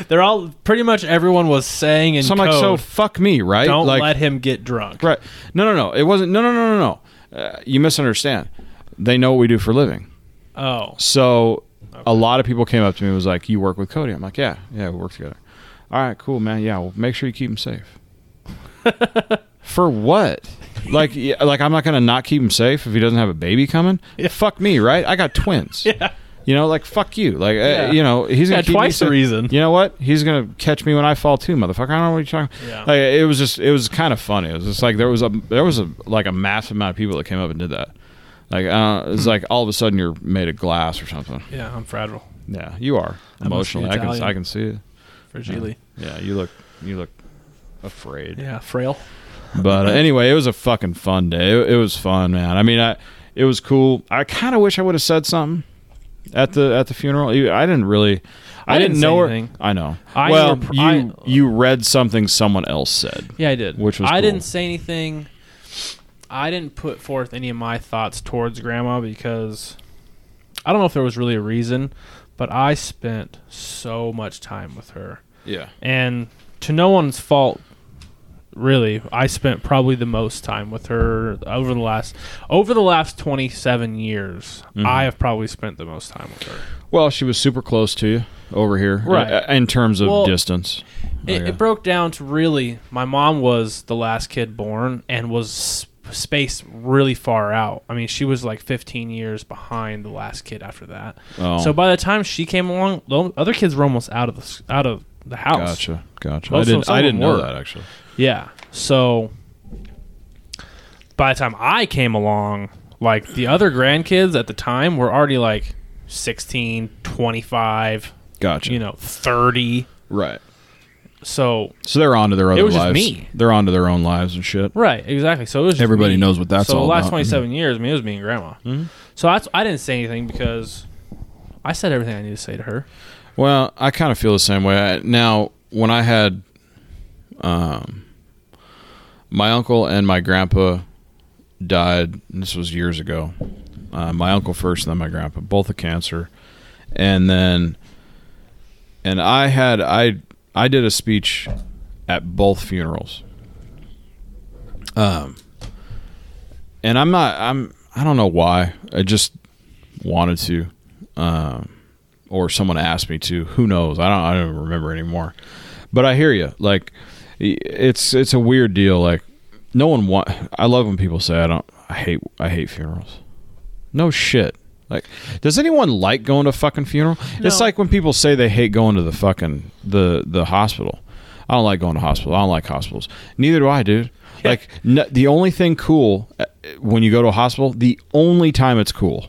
They're all pretty much everyone was saying in
so I'm
code.
like, so fuck me, right?
don't
like,
let him get drunk.
Right. No, no, no. It wasn't. No, no, no, no, no. Uh, you misunderstand. They know what we do for a living.
Oh,
So a lot of people came up to me and was like, "You work with Cody?" I'm like, "Yeah, yeah, we work together." All right, cool, man. Yeah, well, make sure you keep him safe. for what? Like, yeah, like I'm not gonna not keep him safe if he doesn't have a baby coming. Fuck me, right? I got twins.
Yeah.
You know, like fuck you. Like,
Yeah.
uh, you know, he's gonna
Yeah,
keep me
twice the
safe.
reason.
You know what? He's gonna catch me when I fall too, motherfucker. I don't know what you're talking.
Yeah.
Like, it was just, it was kind of funny. It was just like there was a, there was a like a massive amount of people that came up and did that. Like, uh, it's
Hmm.
like all of a sudden you're made of glass or something.
yeah, I'm fragile.
Yeah, you are
I must be
emotionally. I can,
Italian.
I can see it.
Fragile.
Yeah, you look, you look afraid.
Yeah, frail.
But uh, anyway, it was a fucking fun day. It, it was fun, man. I mean, I it was cool. I kind of wish I would have said something at the at the funeral. You- I didn't really. I,
I
didn't,
didn't say
know her.
anything.
I know.
I
well,
rep-
you
I-
you read something someone else said.
Yeah, I did.
Which was
I
cool.
didn't say anything. I didn't put forth any of my thoughts towards grandma because I don't know if there was really a reason, but I spent so much time with her.
Yeah.
And to no one's fault, really, I spent probably the most time with her over the last over the last 27 years.
Mm-hmm.
I have probably spent the most time with her.
Well, she was super close to you over here,
Right.
uh, In terms of
Well,
distance,
It,
Okay.
it broke down to really, my mom was the last kid born and was sp- spaced really far out. I mean, she was like 15 years behind the last kid after that.
Oh.
So by the time she came along, the other kids were almost out of the s- out of the house.
gotcha, gotcha.
Most
I
of
didn't,
some
I
of
didn't
them
know
were.
that actually.
Yeah. So by the time I came along, like the other grandkids at the time were already like 16, 25,
Gotcha.
you know, 30.
right.
So
So they're on to their other
was just
lives.
me.
They're on to their own lives and shit.
Right, exactly. So it was just
Everybody
me.
knows what that's
so
all
the last
about.
twenty seven years, I mean, it was me and grandma. So that's I didn't say anything because I said everything I needed to say to her.
Well, I kind of feel the same way. I, now, when I had um, my uncle and my grandpa died, and this was years ago. Uh, my uncle first, and then my grandpa, both of cancer, and then and I had I I did a speech at both funerals. Um, and I'm not I'm I don't know why I just wanted to. Um, or someone asked me to. Who knows? I don't. I don't remember anymore. But I hear you. Like, i- it's it's a weird deal. Like, no one want. I love when people say I don't. I hate. I hate funerals. No shit. Like, does anyone like going to a fucking funeral? It's
No.
like when people say they hate going to the fucking the the hospital. I don't like going to hospital. I don't like hospitals. Neither do I, dude. Like, n- the only thing cool uh, when you go to a hospital, the only time it's cool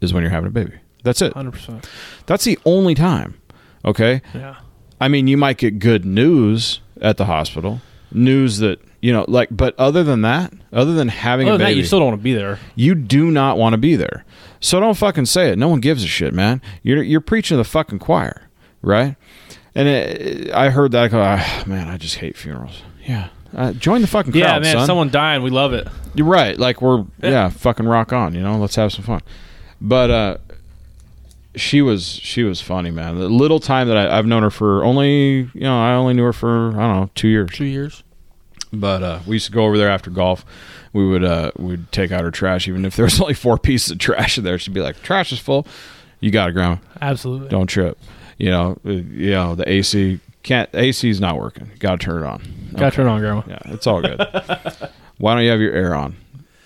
is when you're having a baby. That's it.
Hundred percent.
That's the only time. Okay.
Yeah.
I mean, you might get good news at the hospital, news that you know, like. But other than that, other than having
Other than
a
that,
baby,
you
you,
still don't want to be there.
do not want to be there. So don't fucking say it. No one gives a shit, man. You're you're preaching to the fucking choir, right? And it, I heard that. I go, "Ah, man, I just hate funerals. Yeah. Uh, join the fucking crowd,
yeah, man.
son.
Someone dying, we love it.
You're right. Like we're yeah. fucking rock on. You know, let's have some fun. But uh, she was she was funny, man. The little time that I, I've known her for only you know I only knew her for I don't know two years.
years.
But uh, we used to go over there after golf. We would uh, we'd take out her trash, even if there was only four pieces of trash in there. She'd be like, "Trash is full. You got it, grandma.
Absolutely.
Don't trip." You know, uh, you know the AC can't AC's not working. Got to turn it on.
Got to turn on, grandma.
Yeah, it's all good. Why don't you have your air on?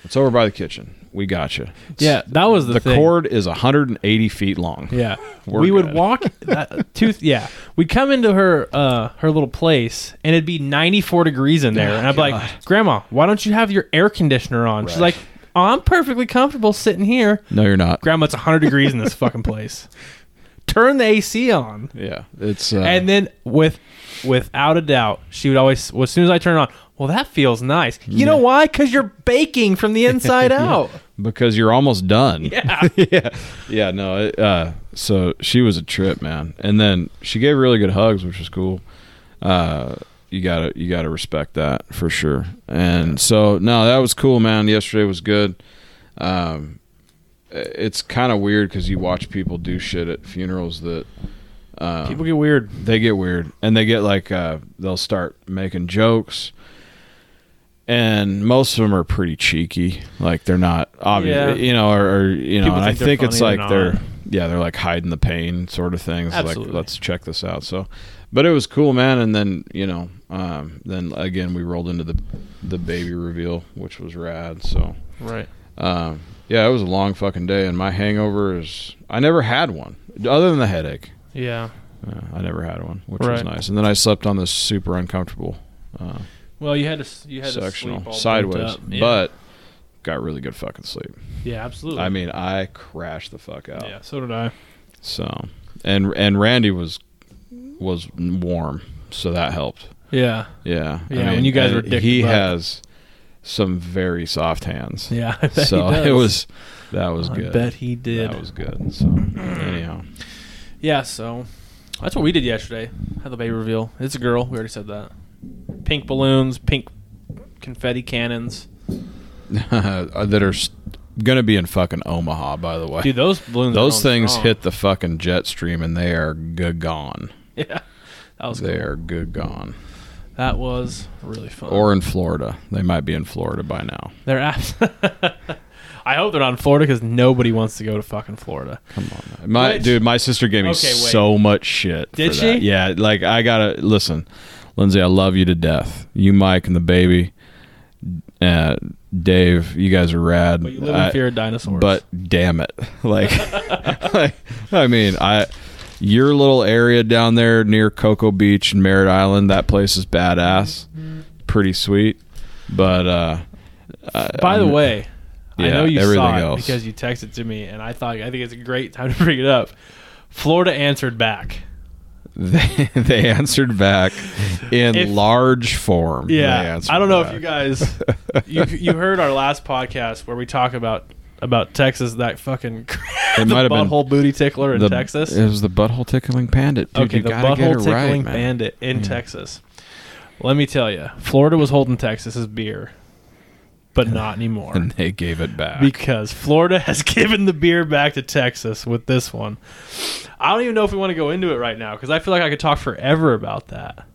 It's over by the kitchen. We got you.
Yeah, that was the
the
thing.
cord is 180 feet long.
Yeah.
We're
we would
good.
walk that tooth yeah. We'd come into her uh her little place and it'd be 94 degrees in there and I'd be
God.
like, "Grandma, why don't you have your air conditioner on?" She's
Right.
like, oh, "I'm perfectly comfortable sitting here."
No, you're not.
Grandma, it's 100 degrees in this fucking place. Turn the AC on.
Yeah, it's uh,
And then with without a doubt, she would always well, as soon as I turn it on, "Well, that feels nice." You know why? Cuz you're baking from the inside out.
because you're almost done.
Yeah.
yeah, yeah. No, it, uh, so she was a trip, man. And then she gave really good hugs, which was cool. Uh, you gotta you gotta respect that for sure. And so no, that was cool, man. Yesterday was good. Um, i- it's kind of weird because you watch people do shit at funerals that
People get weird.
they get weird and they get like uh, they'll start making jokes and most of them are pretty cheeky like they're not obvious
Yeah.
you know or, or you know
People
and i
think they're
think it's
funny or
like they're
not.
yeah they're like hiding the pain sort of things
Absolutely.
like let's check this out so but it was cool man and then you know um, then again we rolled into the the baby reveal which was rad so
Right.
um, yeah it was a long fucking day and my hangover is i never had one other than the headache
Yeah.
uh, I never had one, which was
Right.
nice. And then I slept on this super uncomfortable uh,
Well, you had to s- you had to sleep
sectional
all
sideways,
bumped up. Yeah.
but got really good fucking sleep.
yeah, absolutely.
I mean, uh, I crashed the fuck out.
yeah, so did I.
So, and and Randy was was warm, so that helped.
Yeah,
Yeah, I
Yeah, when you guys
and
were dick
he
to butt.
has some very soft hands.
yeah. I bet
so
he does.
it was that was
I
good.
bet he did.
That was good. So anyhow,
yeah, so that's what we did yesterday. Had the baby reveal. It's a girl. We already said that. Pink balloons, pink confetti cannons.
that are going to be in fucking Omaha, by the way.
Dude, those balloons. are
Those
going
things
strong.
hit the fucking jet stream and they are g- gone.
Yeah, that was
They
there.
are g- gone.
That was really fun.
Or in Florida. They might be in Florida by now.
they're abs- I hope they're not in Florida because nobody wants to go to fucking Florida.
Come on. My
Which-
dude, my sister gave me
Okay, wait.
so much shit. for
Did
that.
she?
Yeah, like I gotta listen, Lindsay. I love you to death. You, Mike, and the baby, uh, Dave. You guys are rad.
But you live
I-
in fear of dinosaurs.
but damn it, like, like, I mean, I your little area down there near Cocoa Beach and Merritt Island, that place is badass,
Mm-hmm.
pretty sweet. But uh, I-
by the
I'm-
way, I
Um, Yeah,
know you
everything
saw it
else.
because you texted to me, and I thought I think it's a great time to bring it up. Florida answered back.
they, they answered back in
If-
large form. They
Yeah,
answered
I don't know
back.
if you guys you you heard our last podcast where we talk about about Texas that fucking
It
the
might have been
butthole booty tickler in
the-
Texas.
It was the butthole tickling bandit. Dude,
okay,
you
the
gotta get it
butthole
right,
tickling
man. Mm.
bandit in Texas. Let me tell you, Florida was holding Texas's beer, but not anymore
And they gave it back.
because Florida has given the beer back to Texas with this one. I don't even know if we want to go into it right now because I feel like I could talk forever about that.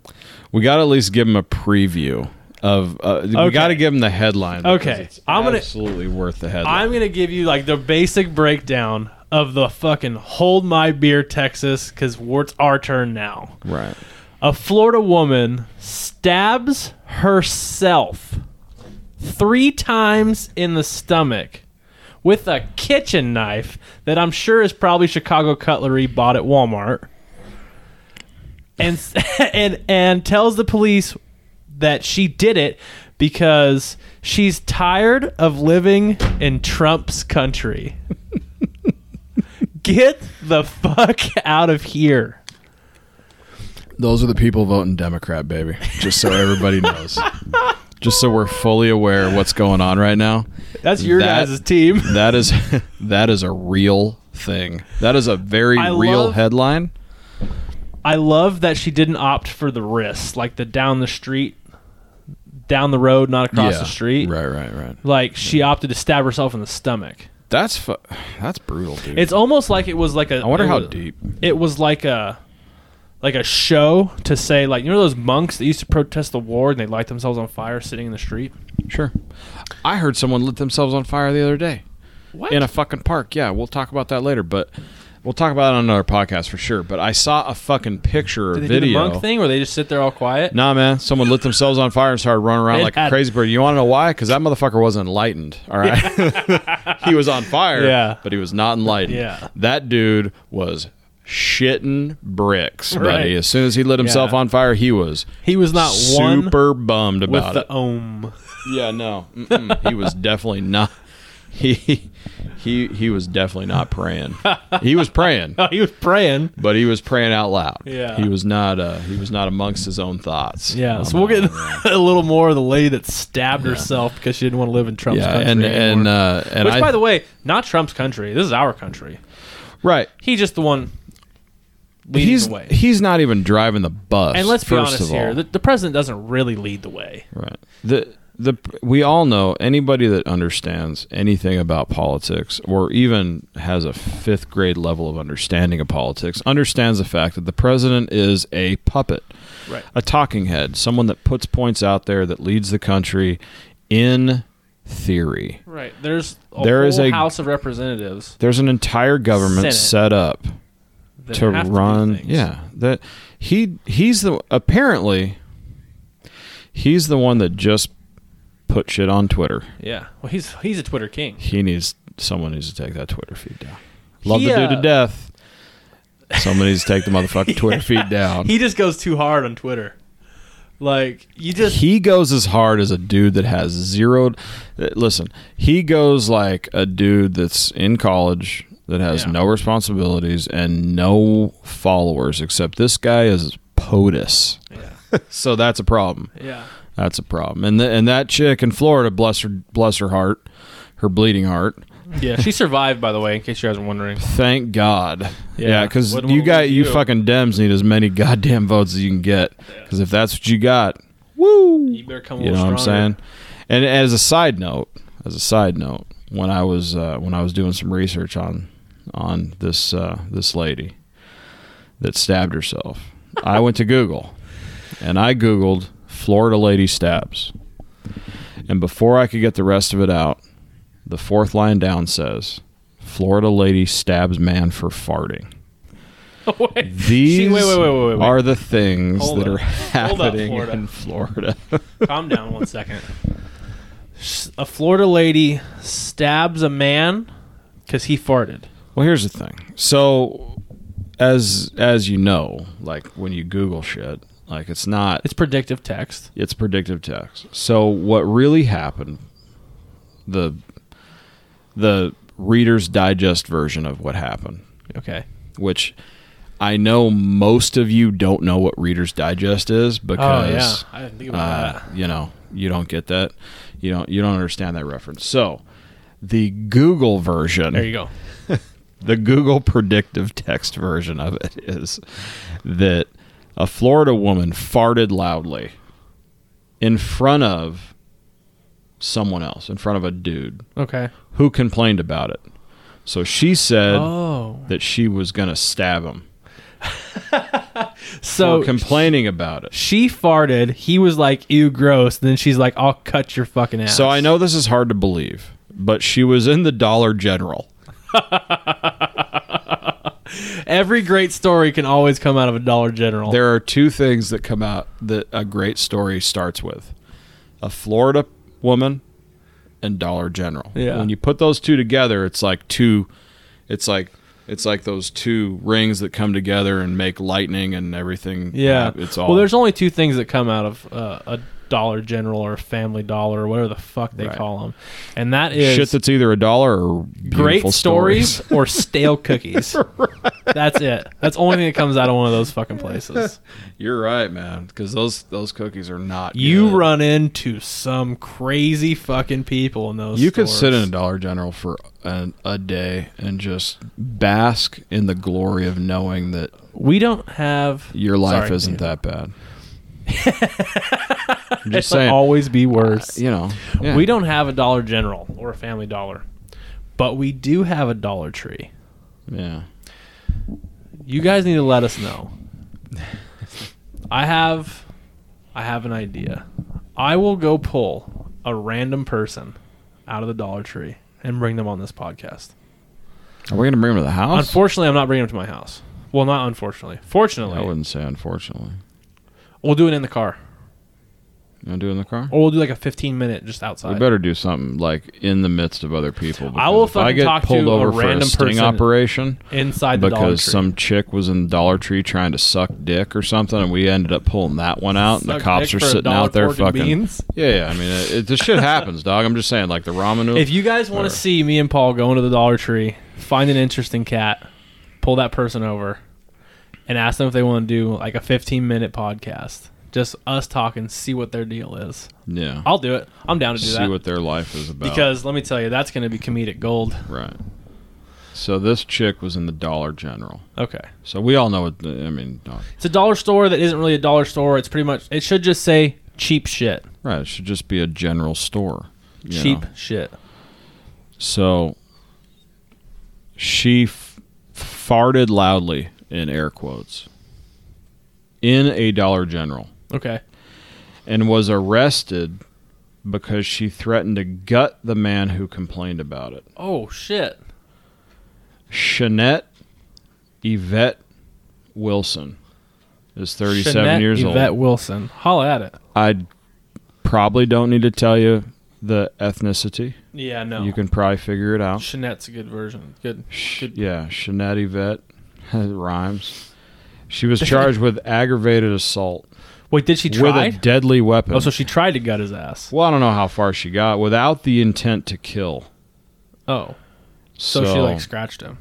we gotta at least give them a preview of. Uh, We
Okay.
gotta give them the headline. because
Okay,
it's
I'm gonna-
absolutely worth the headline.
I'm gonna give you like the basic breakdown of the fucking hold my beer Texas because it's our turn now.
right.
A Florida woman stabs herself three times in the stomach with a kitchen knife that I'm sure is probably Chicago cutlery bought at Walmart. And and and tells the police that she did it because she's tired of living in Trump's country. Get the fuck out of here.
Those are the people voting Democrat, baby. Just so everybody knows. Just so we're fully aware of what's going on right now.
That's your
That-
guys' team.
That is that is a real thing. That is a very
I
real
love-
headline.
I love that she didn't opt for the wrist, like the down the street, down the road, not across
Yeah.
the street.
Right, right, right.
Like she opted to stab herself in the stomach.
That's fu- that's brutal, dude.
It's almost like it was like a.
I wonder
it
how
was-
deep.
It was like a, like a show to say like you know those monks that used to protest the war and they light themselves on fire sitting in the street.
Sure. I heard someone lit themselves on fire the other day
What?
in a fucking park. Yeah, we'll talk about that later, but we'll talk about it on another podcast for sure. But I saw a fucking picture or
Did they do the
video.
monk thing where they just sit there all quiet?
Nah, man. Someone lit themselves on fire and started running around
It
like a
had-
crazy person. You want to know why? Because that motherfucker wasn't enlightened. All right. he was on fire.
Yeah.
But he was not enlightened.
Yeah.
That dude was shitting bricks, buddy.
Right.
As soon as he lit himself
Yeah.
on fire, he was
He was not one
super bummed
with
about
the
it.
ohm.
Yeah, no. Mm-mm. he was definitely not. He he he was definitely not praying. He was praying,
he was praying.
but he was praying out loud.
Yeah.
He was not uh he was not amongst his own thoughts.
Yeah,
Um,
so we'll get a little more of the lady that stabbed herself because she didn't want to live in Trump's
yeah,
country.
and
anymore.
and uh, and
which,
I
by the way, not Trump's country. This is our country.
right,
He's just the one leading
he's
the way.
he's not even driving the bus.
and let's be
first
honest
of all.
here: the, the president doesn't really lead the way.
Right. The the we all know anybody that understands anything about politics or even has a fifth grade level of understanding of politics understands the fact that the president is a puppet,
Right.
a talking head, someone that puts points out there that leads the country in theory.
Right. There's a
There is
whole
a-
House of Representatives
There's an entire
Senate.
government set up
that
to
have
run.
To do things.
yeah, that he he's the apparently he's the one that just put shit on Twitter.
Yeah. Well, he's he's a Twitter king.
He needs someone needs to take that Twitter feed down. Love
He,
the dude to
uh,
death. Someone needs to take the motherfucking Twitter feed down.
He just goes too hard on Twitter. Like you just
He goes as hard as a dude that has zero. uh, Listen, he goes like a dude that's in college that has
Yeah.
no responsibilities and no followers, except this guy is POTUS.
yeah
So that's a problem.
yeah
That's a problem. And th- and that chick in Florida, bless her, bless her heart, her bleeding heart.
yeah. She survived, by the way, in case you guys are wondering.
Thank God.
Yeah.
Yeah, because
What-
you
what
got
would
you
you do?
fucking Dems need as many goddamn votes as you can get. Because if that's what you got, woo,
You better come. A
you know
little
what I'm
stronger.
saying. And as a side note, as a side note, when I was uh, when I was doing some research on on this uh, this lady that stabbed herself, I went to Google and I googled Florida lady stabs. And before I could get the rest of it out, the fourth line down says, "Florida lady stabs man for farting."
wait, See,
These
wait, wait, wait, wait, wait.
are the things
Hold
that
up.
are
Hold up,
happening
Florida.
in Florida.
Calm down one second. S- A Florida lady stabs a man because he farted.
Well, here's the thing. So, as as you know, like when you Google shit, like it's not
It's predictive text.
it's predictive text. So, what really happened the the Reader's Digest version of what happened,
Okay.
which I know most of you don't know what Reader's Digest is
Oh
because
yeah, I didn't think about
uh,
that.
you know you don't get that you don't you don't understand that reference. So, the Google version
There you go.
the Google predictive text version of it is that a Florida woman farted loudly in front of someone else, in front of a dude
Okay.
who complained about it. So she said
Oh,
that she was going to stab him
so
for complaining about it.
she farted. He was like, "Ew, gross." And then she's like, "I'll cut your fucking ass."
So I know this is hard to believe, but she was in the Dollar General.
every great story can always come out of a Dollar General.
There are two things that come out that a great story starts with a Florida woman and Dollar General.
Yeah.
When you put those two together, it's like two, it's like, it's like those two rings that come together and make lightning and everything.
yeah.
hap- It's all.
Well, there's only two things that come out of uh, a Dollar General or a Family Dollar or whatever the fuck they call 'em.
Right.
call them, and that is
shit that's either a dollar or
great
beautiful
stories or stale cookies. That's it. That's the only thing that comes out of one of those fucking places.
You're right, man. Because those those cookies are not.
You
good.
run into some crazy fucking people in those.
You could sit in a
stores.
Dollar General for an, a day and just bask in the glory of knowing that
We don't have
Your life
Sorry.
isn't that bad. I'm just
It'll
saying.
Always be worse.
you know, yeah.
We don't have a Dollar General or a Family Dollar, but we do have a Dollar Tree.
Yeah,
You guys need to let us know. I have, I have an idea. I will go pull a random person out of the Dollar Tree and bring them on this podcast.
are we gonna bring him to the house?
Unfortunately, I'm not bringing them to my house. Well, not unfortunately. Fortunately,
I wouldn't say unfortunately.
we'll do it in the car,
You want to do it in the car?
or we'll do like a 15 minute just
We
outside.
better do something like in the midst of other people.
I will
because if I
fucking
get
talk to
pulled
a
over for
random
a sting
person
operation
inside the Dollar Tree.
because some chick was in Dollar Tree trying to suck dick or something, and we ended up pulling that one out, and the
Suck
cops
dick
are
for a
sitting
dollar
out there
pork and
fucking.
beans?
Yeah, yeah. I mean, it, it, this shit happens, dog. I'm just saying, like the ramen. noodle-
If you guys want
Or-
to see me and Paul going to the Dollar Tree, find an interesting cat, pull that person over, and ask them if they want to do like a 15 minute podcast. Just us talking, see what their deal is.
yeah,
I'll do it. I'm down to do
see
that.
what their life is about.
because let me tell you, that's going to be comedic gold.
Right. So this chick was in the Dollar General.
Okay.
So we all know what the, I mean. No,
It's a dollar store that isn't really a dollar store. It's pretty much, it should just say cheap shit.
right. It should just be a general store. you
Cheap
know.
shit.
So she f- farted loudly in air quotes in a Dollar General
Okay.
and was arrested because she threatened to gut the man who complained about it.
Oh, shit.
Shanette Yvette Wilson is 37
Shanette
years old.
Yvette Wilson. Holla at it.
I probably don't need to tell you the ethnicity.
Yeah, no.
You can probably figure it out.
Shanette's a good version. Good.
Sh-
Good.
Yeah, Shanette Yvette. it rhymes. She was charged with aggravated assault
Wait, did she
with
try?
a deadly weapon.
Oh, so she tried to gut his ass.
well, I don't know how far she got without the intent to kill.
Oh, so,
So,
she like scratched him.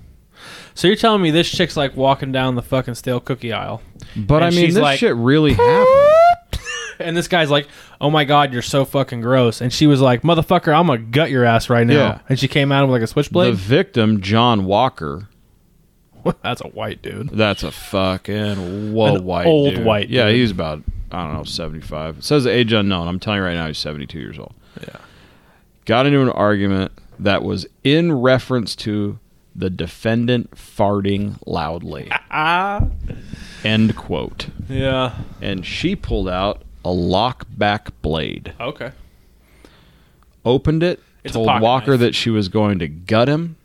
So you're telling me this chick's like walking down the fucking stale cookie aisle,
but I
and
mean,
she's
this
like-
shit really happened.
and this guy's like, "Oh my god, you're so fucking gross," and she was like, "Motherfucker, I'm gonna gut your ass right now,"
Yeah.
and she came at him with like a
The
switchblade.
victim, John Walker.
That's a white dude.
That's a fucking whoa
An
white
old
dude.
white
Yeah,
dude.
he's about I don't know seventy five. It says age unknown. I'm telling you right now, he's seventy two years old.
Yeah.
got into an argument that was in reference to the defendant farting loudly.
Ah.
End quote.
Yeah.
And she pulled out a lockback blade,
Okay.
opened it,
It's a
told
pocket
Walker
knife.
that she was going to gut him.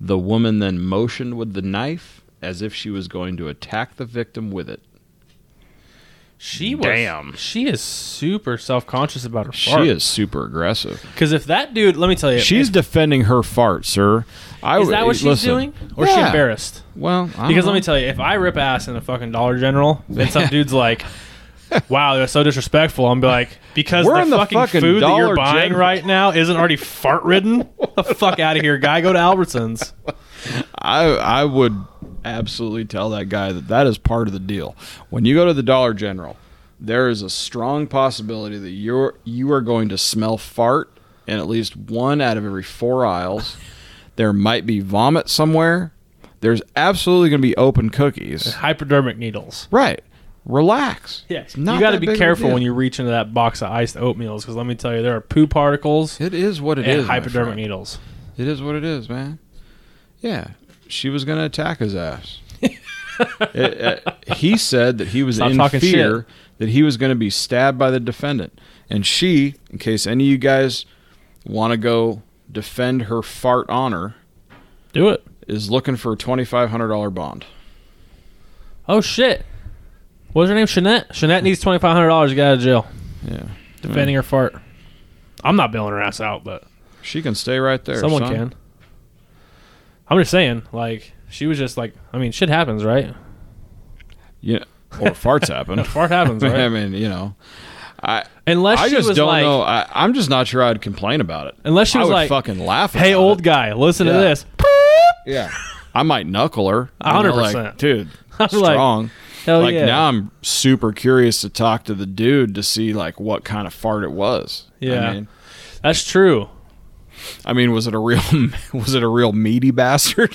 The woman then motioned with the knife as if she was going to attack the victim with it.
She was.
Damn.
She is super self conscious about her.
She is super aggressive.
Because if that dude, let me tell you,
She's
If,
defending her fart, sir. I
is that
w-
what she's
listen.
doing, or is she
Yeah.
embarrassed?
Well, I don't
Because let
know.
me tell you, if I rip ass in a fucking Dollar General, and some dude's like, "Wow, they're so disrespectful," I'm be like, "Because
We're
the,
in the
fucking,
fucking
food that
Dollar
you're buying
General."
right now isn't already fart ridden. the fuck out of here, guy. Go to Albertsons."
I I would absolutely tell that guy that that is part of the deal. When you go to the Dollar General, there is a strong possibility that you're you are going to smell fart in at least one out of every four aisles. there might be vomit somewhere. There's absolutely going to be open cookies.
Hypodermic needles.
Right. Relax.
Yes,
Not
you got to
that big
be
of a
careful
deal.
when you reach into that box of iced oatmeals because let me tell you, there are poo particles
It is what it
and
is. my
hypodermic
friend.
needles.
It is what it is, man. Yeah, she was gonna attack his ass. It- uh, he said that he was
Stop
in
talking
fear
shit.
that he was gonna be stabbed by the defendant, and she, in case any of you guys want to go defend her fart honor,
Do it.
is looking for a twenty five hundred dollar bond.
Oh shit. What was her name? Shanette. Shanette needs twenty five hundred dollars to get out of jail.
Yeah,
Defending her fart. I'm not bailing her ass out, but
she can stay right there.
someone
son.
can. I'm just saying, like she was just like, I mean, shit happens, right?
Yeah, or farts happen.
Fart happens,
I
right?
mean, you know, I
Unless
I
she
just
was
don't
like,
know. I, I'm just not sure I'd complain about it.
Unless she
I
was
would
like,
fucking laugh.
hey,
about
old
it.
guy, listen
Yeah.
to this.
Yeah. I might knuckle her.
A
You know,
hundred
like,
percent.
Dude,
I'm like,
strong.
Hell
like
yeah.
now I'm super curious to talk to the dude to see like what kind of fart it was.
Yeah.
I mean,
That's true.
I mean was it a real was it a real meaty bastard?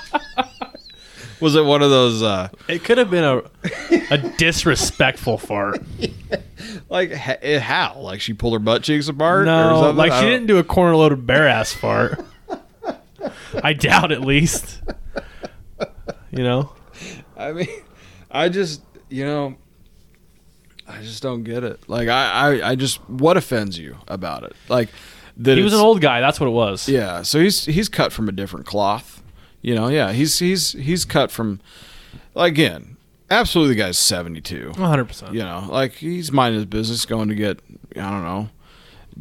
was it one of those uh
It could have been a a disrespectful fart.
like ha- eh, how? Like she pulled her butt cheeks apart or
No,
something?
like
I
she
don't-
didn't do a corner load of bare ass fart. I doubt, at least. You know,
I mean, I just, you know, I just don't get it. Like, I, I, I just, what offends you about it? Like, that
he was an
it's-
old guy. That's what it was.
Yeah, so he's he's cut from a different cloth. You know, yeah, he's he's he's cut from. Again, absolutely, the guy's seventy two.
One hundred percent.
You know, like he's minding his business, going to get I don't know,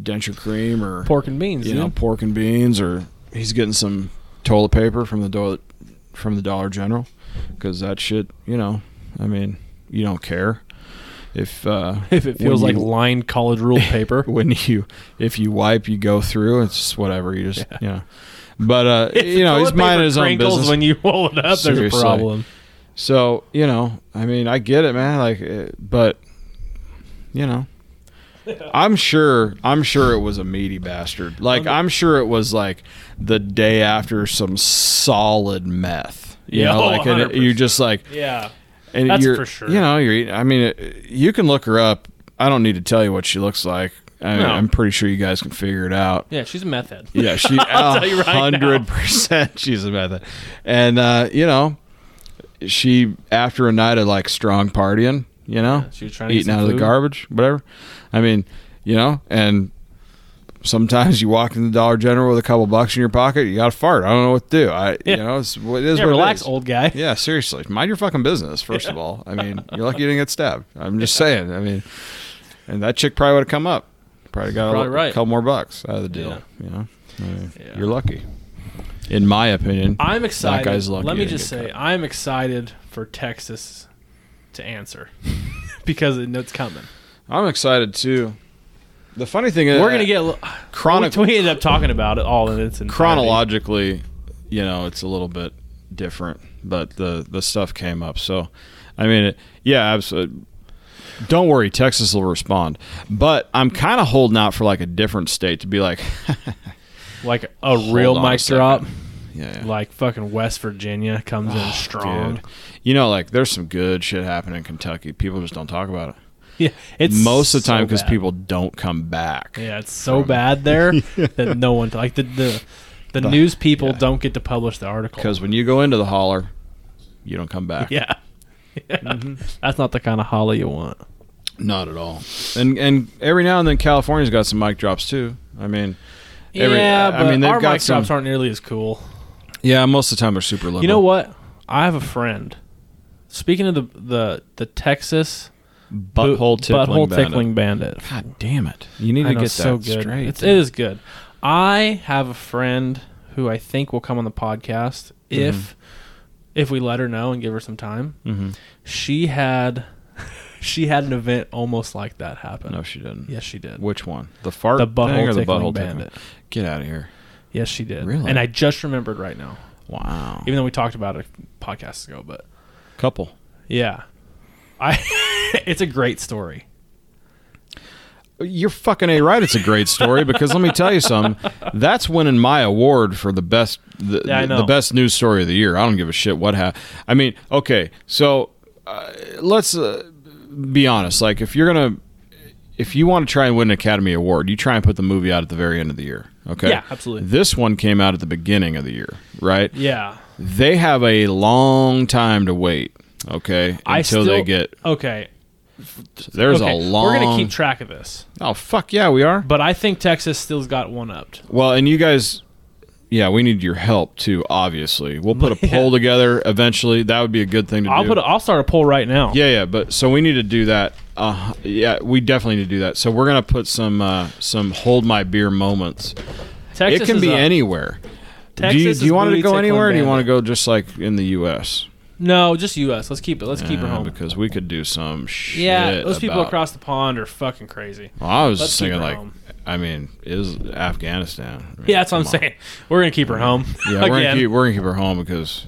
denture cream or
Pork and beans.
you
dude.
know, pork and beans, or he's getting some toilet paper from the do- from the Dollar General, because that shit, you know, I mean, you don't care if uh,
if it feels
when
like
you-
lined college ruled paper.
when you if you wipe, you go through. It's just whatever. You just you know, but uh, you know, he's
Toilet paper
minding his own
crinkles
business.
When you roll it up, there's a
Seriously.
problem.
so you know, I mean, I get it, man. Like, uh, but you know. I'm sure. I'm sure it was a meaty bastard. Like I'm sure it was like the day after some solid meth. You
Yeah,
know, like and it-
100%.
you're just like,
Yeah.
and
That's
you're,
for sure.
You know, you're. eating- I mean, it, you can look her up. I don't need to tell you what she looks like. I mean,
No.
I'm pretty sure you guys can figure it out.
Yeah, she's a meth head.
Yeah, she
tell you right now.
hundred percent. She's a method, and uh, you know, she after a night of like strong partying, you know,
she was trying to eat
eating out
some
of the
food.
garbage, whatever. I mean, you know, and sometimes you walk in the Dollar General with a couple bucks in your pocket, you got to fart. I don't know what to do. I,
Yeah.
you know, it's what it is.
Yeah,
what it
relax,
is.
old guy.
Yeah, seriously, mind your fucking business. First of all, I mean, you're lucky you didn't get stabbed. I'm just saying. I mean, and that chick probably would have come up. Probably got
Probably
a,
right.
couple more bucks out of the deal.
Yeah.
You know, I mean,
Yeah.
you're lucky. In my opinion,
I'm excited.
guy's lucky
Let
he
me
didn't
just
get
say, I'm excited for Texas to answer because it- it's coming.
I'm excited too. The funny thing is,
We're gonna get a
Chronic-
We, we ended up talking about it all in its entirety.
chronologically. You know, it's a little bit different, but the the stuff came up. So, I mean, it, yeah, absolutely. Don't worry, Texas will respond. But I'm kind of holding out for like a different state to be like,
like a real
on a
mic
second.
drop.
yeah,
Like fucking West Virginia
Oh,
comes in strong.
Dude. You know, like there's some good shit happening in Kentucky. People just don't talk about it.
yeah, it's
most of the time
so
because
bad.
people don't come back.
Yeah, it's so bad there that no one like the the, the, news people don't get to publish the article.
Because when you go into the holler, you don't come back.
yeah, Yeah. Mm-hmm. that's not the kind of holly you want.
Not at all. And and every now and then California's got some mic drops too. I mean, Every-
yeah,
I
but
mean, they've
our
got
mic drops
some-
aren't nearly as cool.
yeah, most of the time they're super liberal.
You know what? I have a friend. Speaking of the the the Texas boot-
Butthole tickling.
butthole
bandit.
tickling bandit.
God damn it! You need
I
to
know,
get that
so good.
straight.
It's, it is good. I have a friend who I think will come on the podcast if if we let her know and give her some time.
Mm-hmm.
She had she had an event almost like that happen.
No, she didn't.
yes, she did.
Which one? The fart
The
thing
butthole
or the
tickling
butthole tickling?
bandit.
Get out of here!
Yes, she did.
Really?
And I just remembered right now,
Wow.
even though we talked about it podcasts ago. But
Couple.
yeah, I it's a great story.
You're fucking a right. It's a great story because let me tell you something. That's winning my award for the best, the,
Yeah, I
the-
know.
the best news story of the year. I don't give a shit what happened. I mean, okay, so uh, let's uh, be honest. Like, if you're gonna, if you want to try and win an Academy Award, you try and put the movie out at the very end of the year. Okay.
Yeah, absolutely.
This one came out at the beginning of the year, right?
Yeah,
They have a long time to wait. Okay, until
I still,
they get.
okay.
There's
okay,
a long.
We're gonna keep track of this,
oh fuck yeah, we are.
but I think Texas still's got one upped.
Well, and you guys, yeah, we need your help too. Obviously, we'll put a
Yeah.
poll together eventually. That would be a good thing to
I'll
do.
put. A, I'll start a poll right now.
yeah, yeah, but so we need to do that. Uh, yeah, we definitely need to do that. So we're gonna put some uh, some hold my beer moments.
Texas
it can
is
be
up.
anywhere. do
Texas
you,
is
do you want it to
booty
go
tickling
anywhere? Or do you
bandit.
want to go just like in the U.S.
No, just U.S. Let's keep it. Let's keep it
Uh,
home.
because we could do some shit.
yeah, those people
about-
across the pond are fucking crazy.
Well, I was just
keep
thinking
her
like,
home.
I mean, is Afghanistan? I mean,
Yeah, that's what I'm
come on.
saying. We're gonna keep her home.
Yeah, we're gonna,
Again.
keep, we're gonna keep her home because,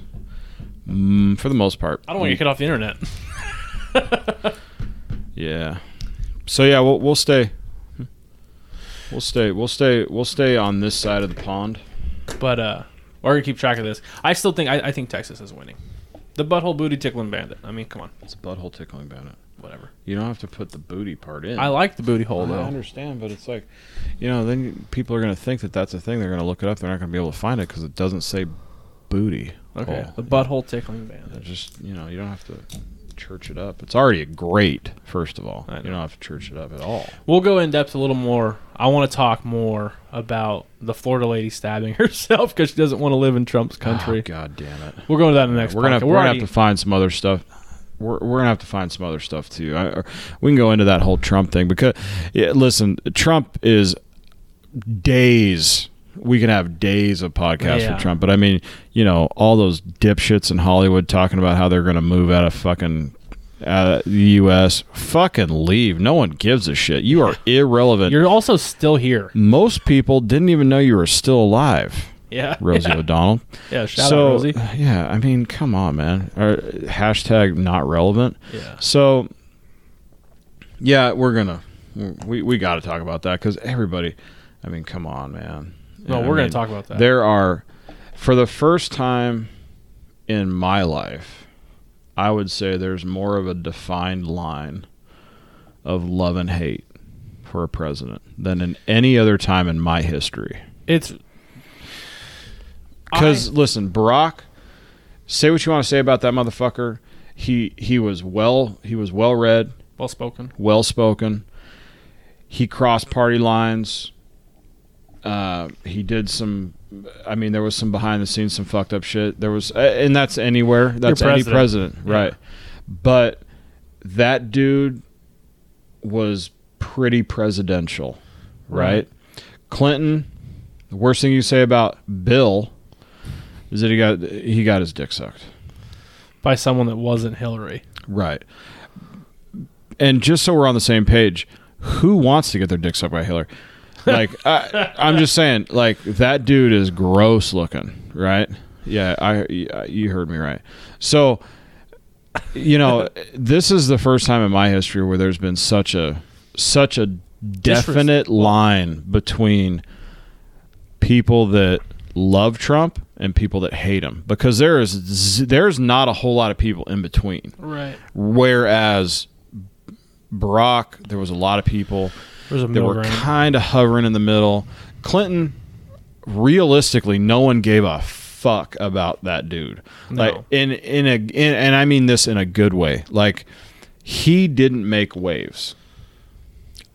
mm, for the most part,
I don't want to
we-
get cut off the internet.
Yeah. So yeah, we'll we'll stay. We'll stay. We'll stay. We'll stay on this side of the pond.
But uh, we're gonna keep track of this. I still think I, I think Texas is winning. The butthole booty tickling bandit. I mean, come on,
It's butthole tickling bandit.
whatever.
You don't have to put the booty part in.
I like the booty
I
hole though.
understand, but it's like, you know, then you- people are gonna think that that's a thing. They're gonna look it up. They're not gonna be able to find it because it doesn't say booty.
Okay,
hole.
the butthole tickling bandit.
Just you know, you don't have to church it up. It's already great. First of all,
I
you don't have to church it up at all.
We'll go in depth a little more. I want to talk more about the Florida lady stabbing herself because she doesn't want to live in Trump's country.
Oh, God damn it.
We'll go into that in the next.
we're gonna
podcast.
we're gonna
already-
have to find some other stuff. We're, we're gonna have to find some other stuff too. I, or we can go into that whole Trump thing because, yeah, listen, Trump is days. We can have days of podcasts
Yeah.
for Trump, but I mean, you know, all those dipshits in Hollywood talking about how they're gonna move out of fucking uh, the U.S. Fucking leave. No one gives a shit. You are irrelevant.
You're also still here.
Most people didn't even know you were still alive,
Yeah.
Rosie O'Donnell
Yeah. Shout
so uh,
out Rosie.
yeah, I mean, come on, man. Or, hashtag not relevant.
Yeah.
So yeah, we're gonna we we got to talk about that because everybody. I mean, come on, man.
No,
I
we're gonna
mean,
talk about that.
There are, for the first time in my life, I would say there's more of a defined line of love and hate for a president than in any other time in my history.
It's
Because listen, Barack, say what you want to say about that motherfucker. He he was well he was well read,
well spoken.
well spoken. He crossed party lines. Uh, he did some. I mean, there was some behind the scenes, some fucked up shit. There was, uh, and that's anywhere. That's any
president.
president, right? But that dude was pretty presidential, right? Clinton. The worst thing you say about Bill is that he got he got his dick sucked.
by someone that wasn't Hillary.
Right. And just so we're on the same page, who wants to get their dick sucked by Hillary? Like, I, I'm just saying, like that dude is gross looking, right? Yeah, I you heard me right. So, you know, this is the first time in my history where there's been such a such a definite line between people that love Trump and people that hate him because there is z- there's not a whole lot of people in between.
Right.
Whereas Brock, there was a lot of people
There's a
that
middle
were
ground.
kind of hovering in the middle. Clinton, realistically, no one gave a fuck about that dude.
No.
Like in in a in, and I mean this in a good way. Like he didn't make waves,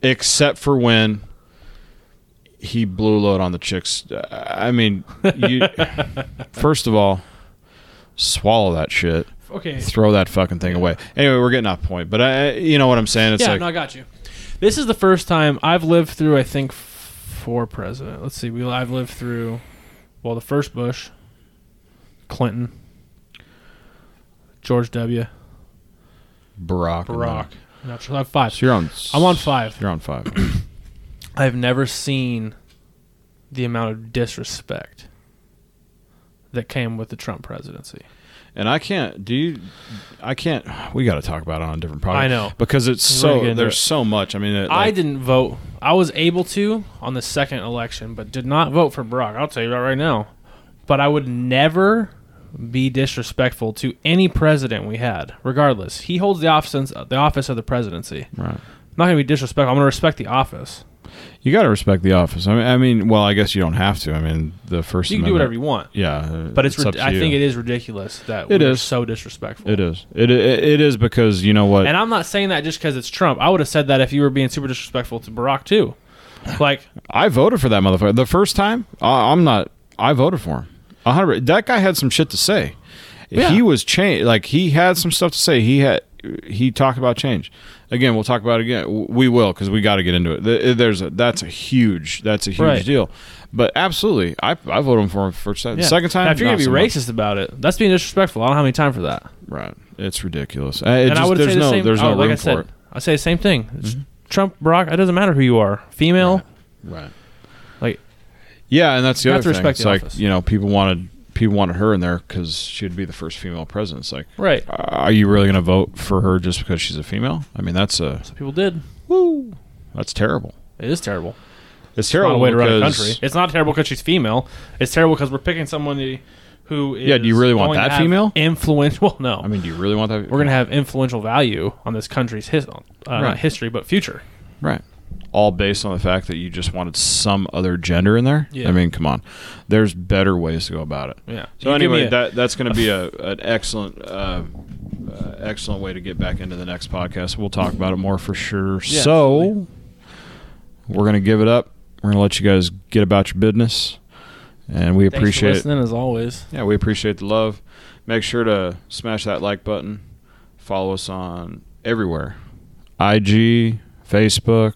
except for when he blew a load on the chicks. I mean, you, first of all, swallow that shit.
okay.
Throw that fucking thing away. Anyway, we're getting off point, but I, you know what I'm saying. It's
yeah,
like
no, I got you. This is the first time I've lived through. I think f- four president. Let's see. We I've lived through. Well, the first Bush, Clinton, George W.
Barack. and
Barack. Not sure. I have five.
So you're on.
I'm on five.
You're on five.
I've never seen the amount of disrespect that came with the Trump presidency.
and I can't. Do you? I can't. We got to talk about it on a different podcast.
I know.
because it's
We're gonna get
so
into
there's
it.
so much. I mean, it,
I
like-
didn't vote. I was able to on the second election, but did not vote for Barack. I'll tell you that right now. But I would never be disrespectful to any president we had, regardless. He holds the office the office of the presidency.
Right.
I'm not going to be disrespectful. I'm going to respect the office.
You got to respect the office. I mean, I mean, well, I guess you don't have to. I mean, the first.
You can do whatever you want,
You yeah,
but it's,
up
rid-
to
I
you.
think it is ridiculous that
It
we're
is.
so disrespectful.
It is. It, it it is because you know what.
And I'm not saying that just because it's Trump. I would have said that if you were being super disrespectful to Barack too. Like
I voted for that motherfucker the first time. I, I'm not. I voted for him. A hundred. That guy had some shit to say.
Yeah.
He was changed. Like he had some stuff to say. He had. He talked about change. Again, we'll talk about it again. W- We will because we got to get into it. Th- There's a. That's a huge. That's a huge
Right.
deal. But absolutely, I I voted for him first time.
yeah.
Second time,
Now, if you're
not
gonna be
so much.
racist about it, that's being disrespectful. I don't have any time for that.
right? It's ridiculous. Uh, It
and I
just,
would
there's
say the
no.
same.
There's
oh,
no
like
room
I said,
for it. Mm-hmm.
I say the same thing. It's Trump, Barack. It doesn't matter who you are, female.
Right.
Like
Yeah, and that's the
You have
other
to
thing.
respect
It's
the
like
office.
you know, people wanted people wanted her in there because she'd be the first female president. It's like,
right.
Uh, are you really going to vote for her just because she's a female? I mean, that's a
So people did.
woo. That's terrible.
It is terrible.
It's
It's not
terrible
a way to run a
because-
country. It's not terrible because she's female. It's terrible because we're picking someone who is
Yeah, do you really want
going to
that
have
female?
influential? Well, no.
I mean, do you really want that?
we're going to have influential value on this country's his, uh,
Right.
not history, but future.
right. All based on the fact that you just wanted some other gender in there.
Yeah.
I mean, come on. There's better ways to go about it.
Yeah.
So
You give me
anyway,
a-
that that's going to be a an excellent uh, uh, excellent way to get back into the next podcast. We'll talk about it more for sure.
Yeah,
so
absolutely.
we're going to give it up. We're going to let you guys get about your business, and we
Thanks for
appreciate it.
listening as always.
Yeah, we appreciate the love. Make sure to smash that like button. Follow us on everywhere IG, Facebook,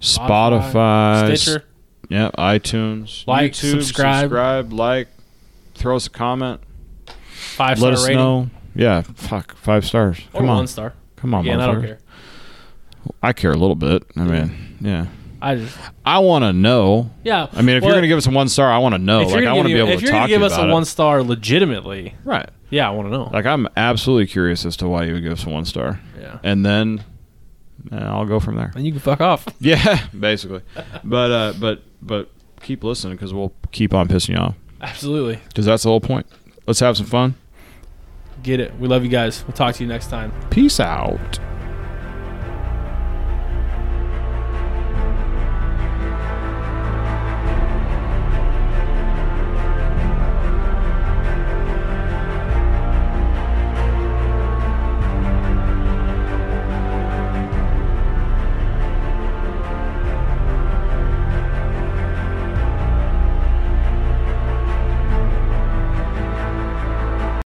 Spotify,
Stitcher,
yeah, iTunes.
Like,
YouTube,
subscribe.
like, throw us a comment.
five
Let
star
us
rating,
know. Yeah, fuck, five stars.
or
Come
one
on,
star.
come on,
Again, I don't
motherfucker.
care.
I care a little bit. I mean, yeah,
I just
I want to know.
yeah.
I mean, if
well,
you're gonna give us a one star, I want to know.
if you're
Oh, Like, I
gonna
want to
give
be
me-
able
if
to
you're
talk
gonna
to you
give us
about
a
it.
one star legitimately,
right.
yeah, I want to know.
Like, I'm absolutely curious as to why you would give us a one star.
yeah,
and then uh, I'll go from there.
and you can fuck off.
Yeah, basically. But uh, but but keep listening because we'll keep on pissing you off
Absolutely,
because that's the whole point. Let's have some fun.
get it. We love you guys. We'll talk to you next time.
Peace out.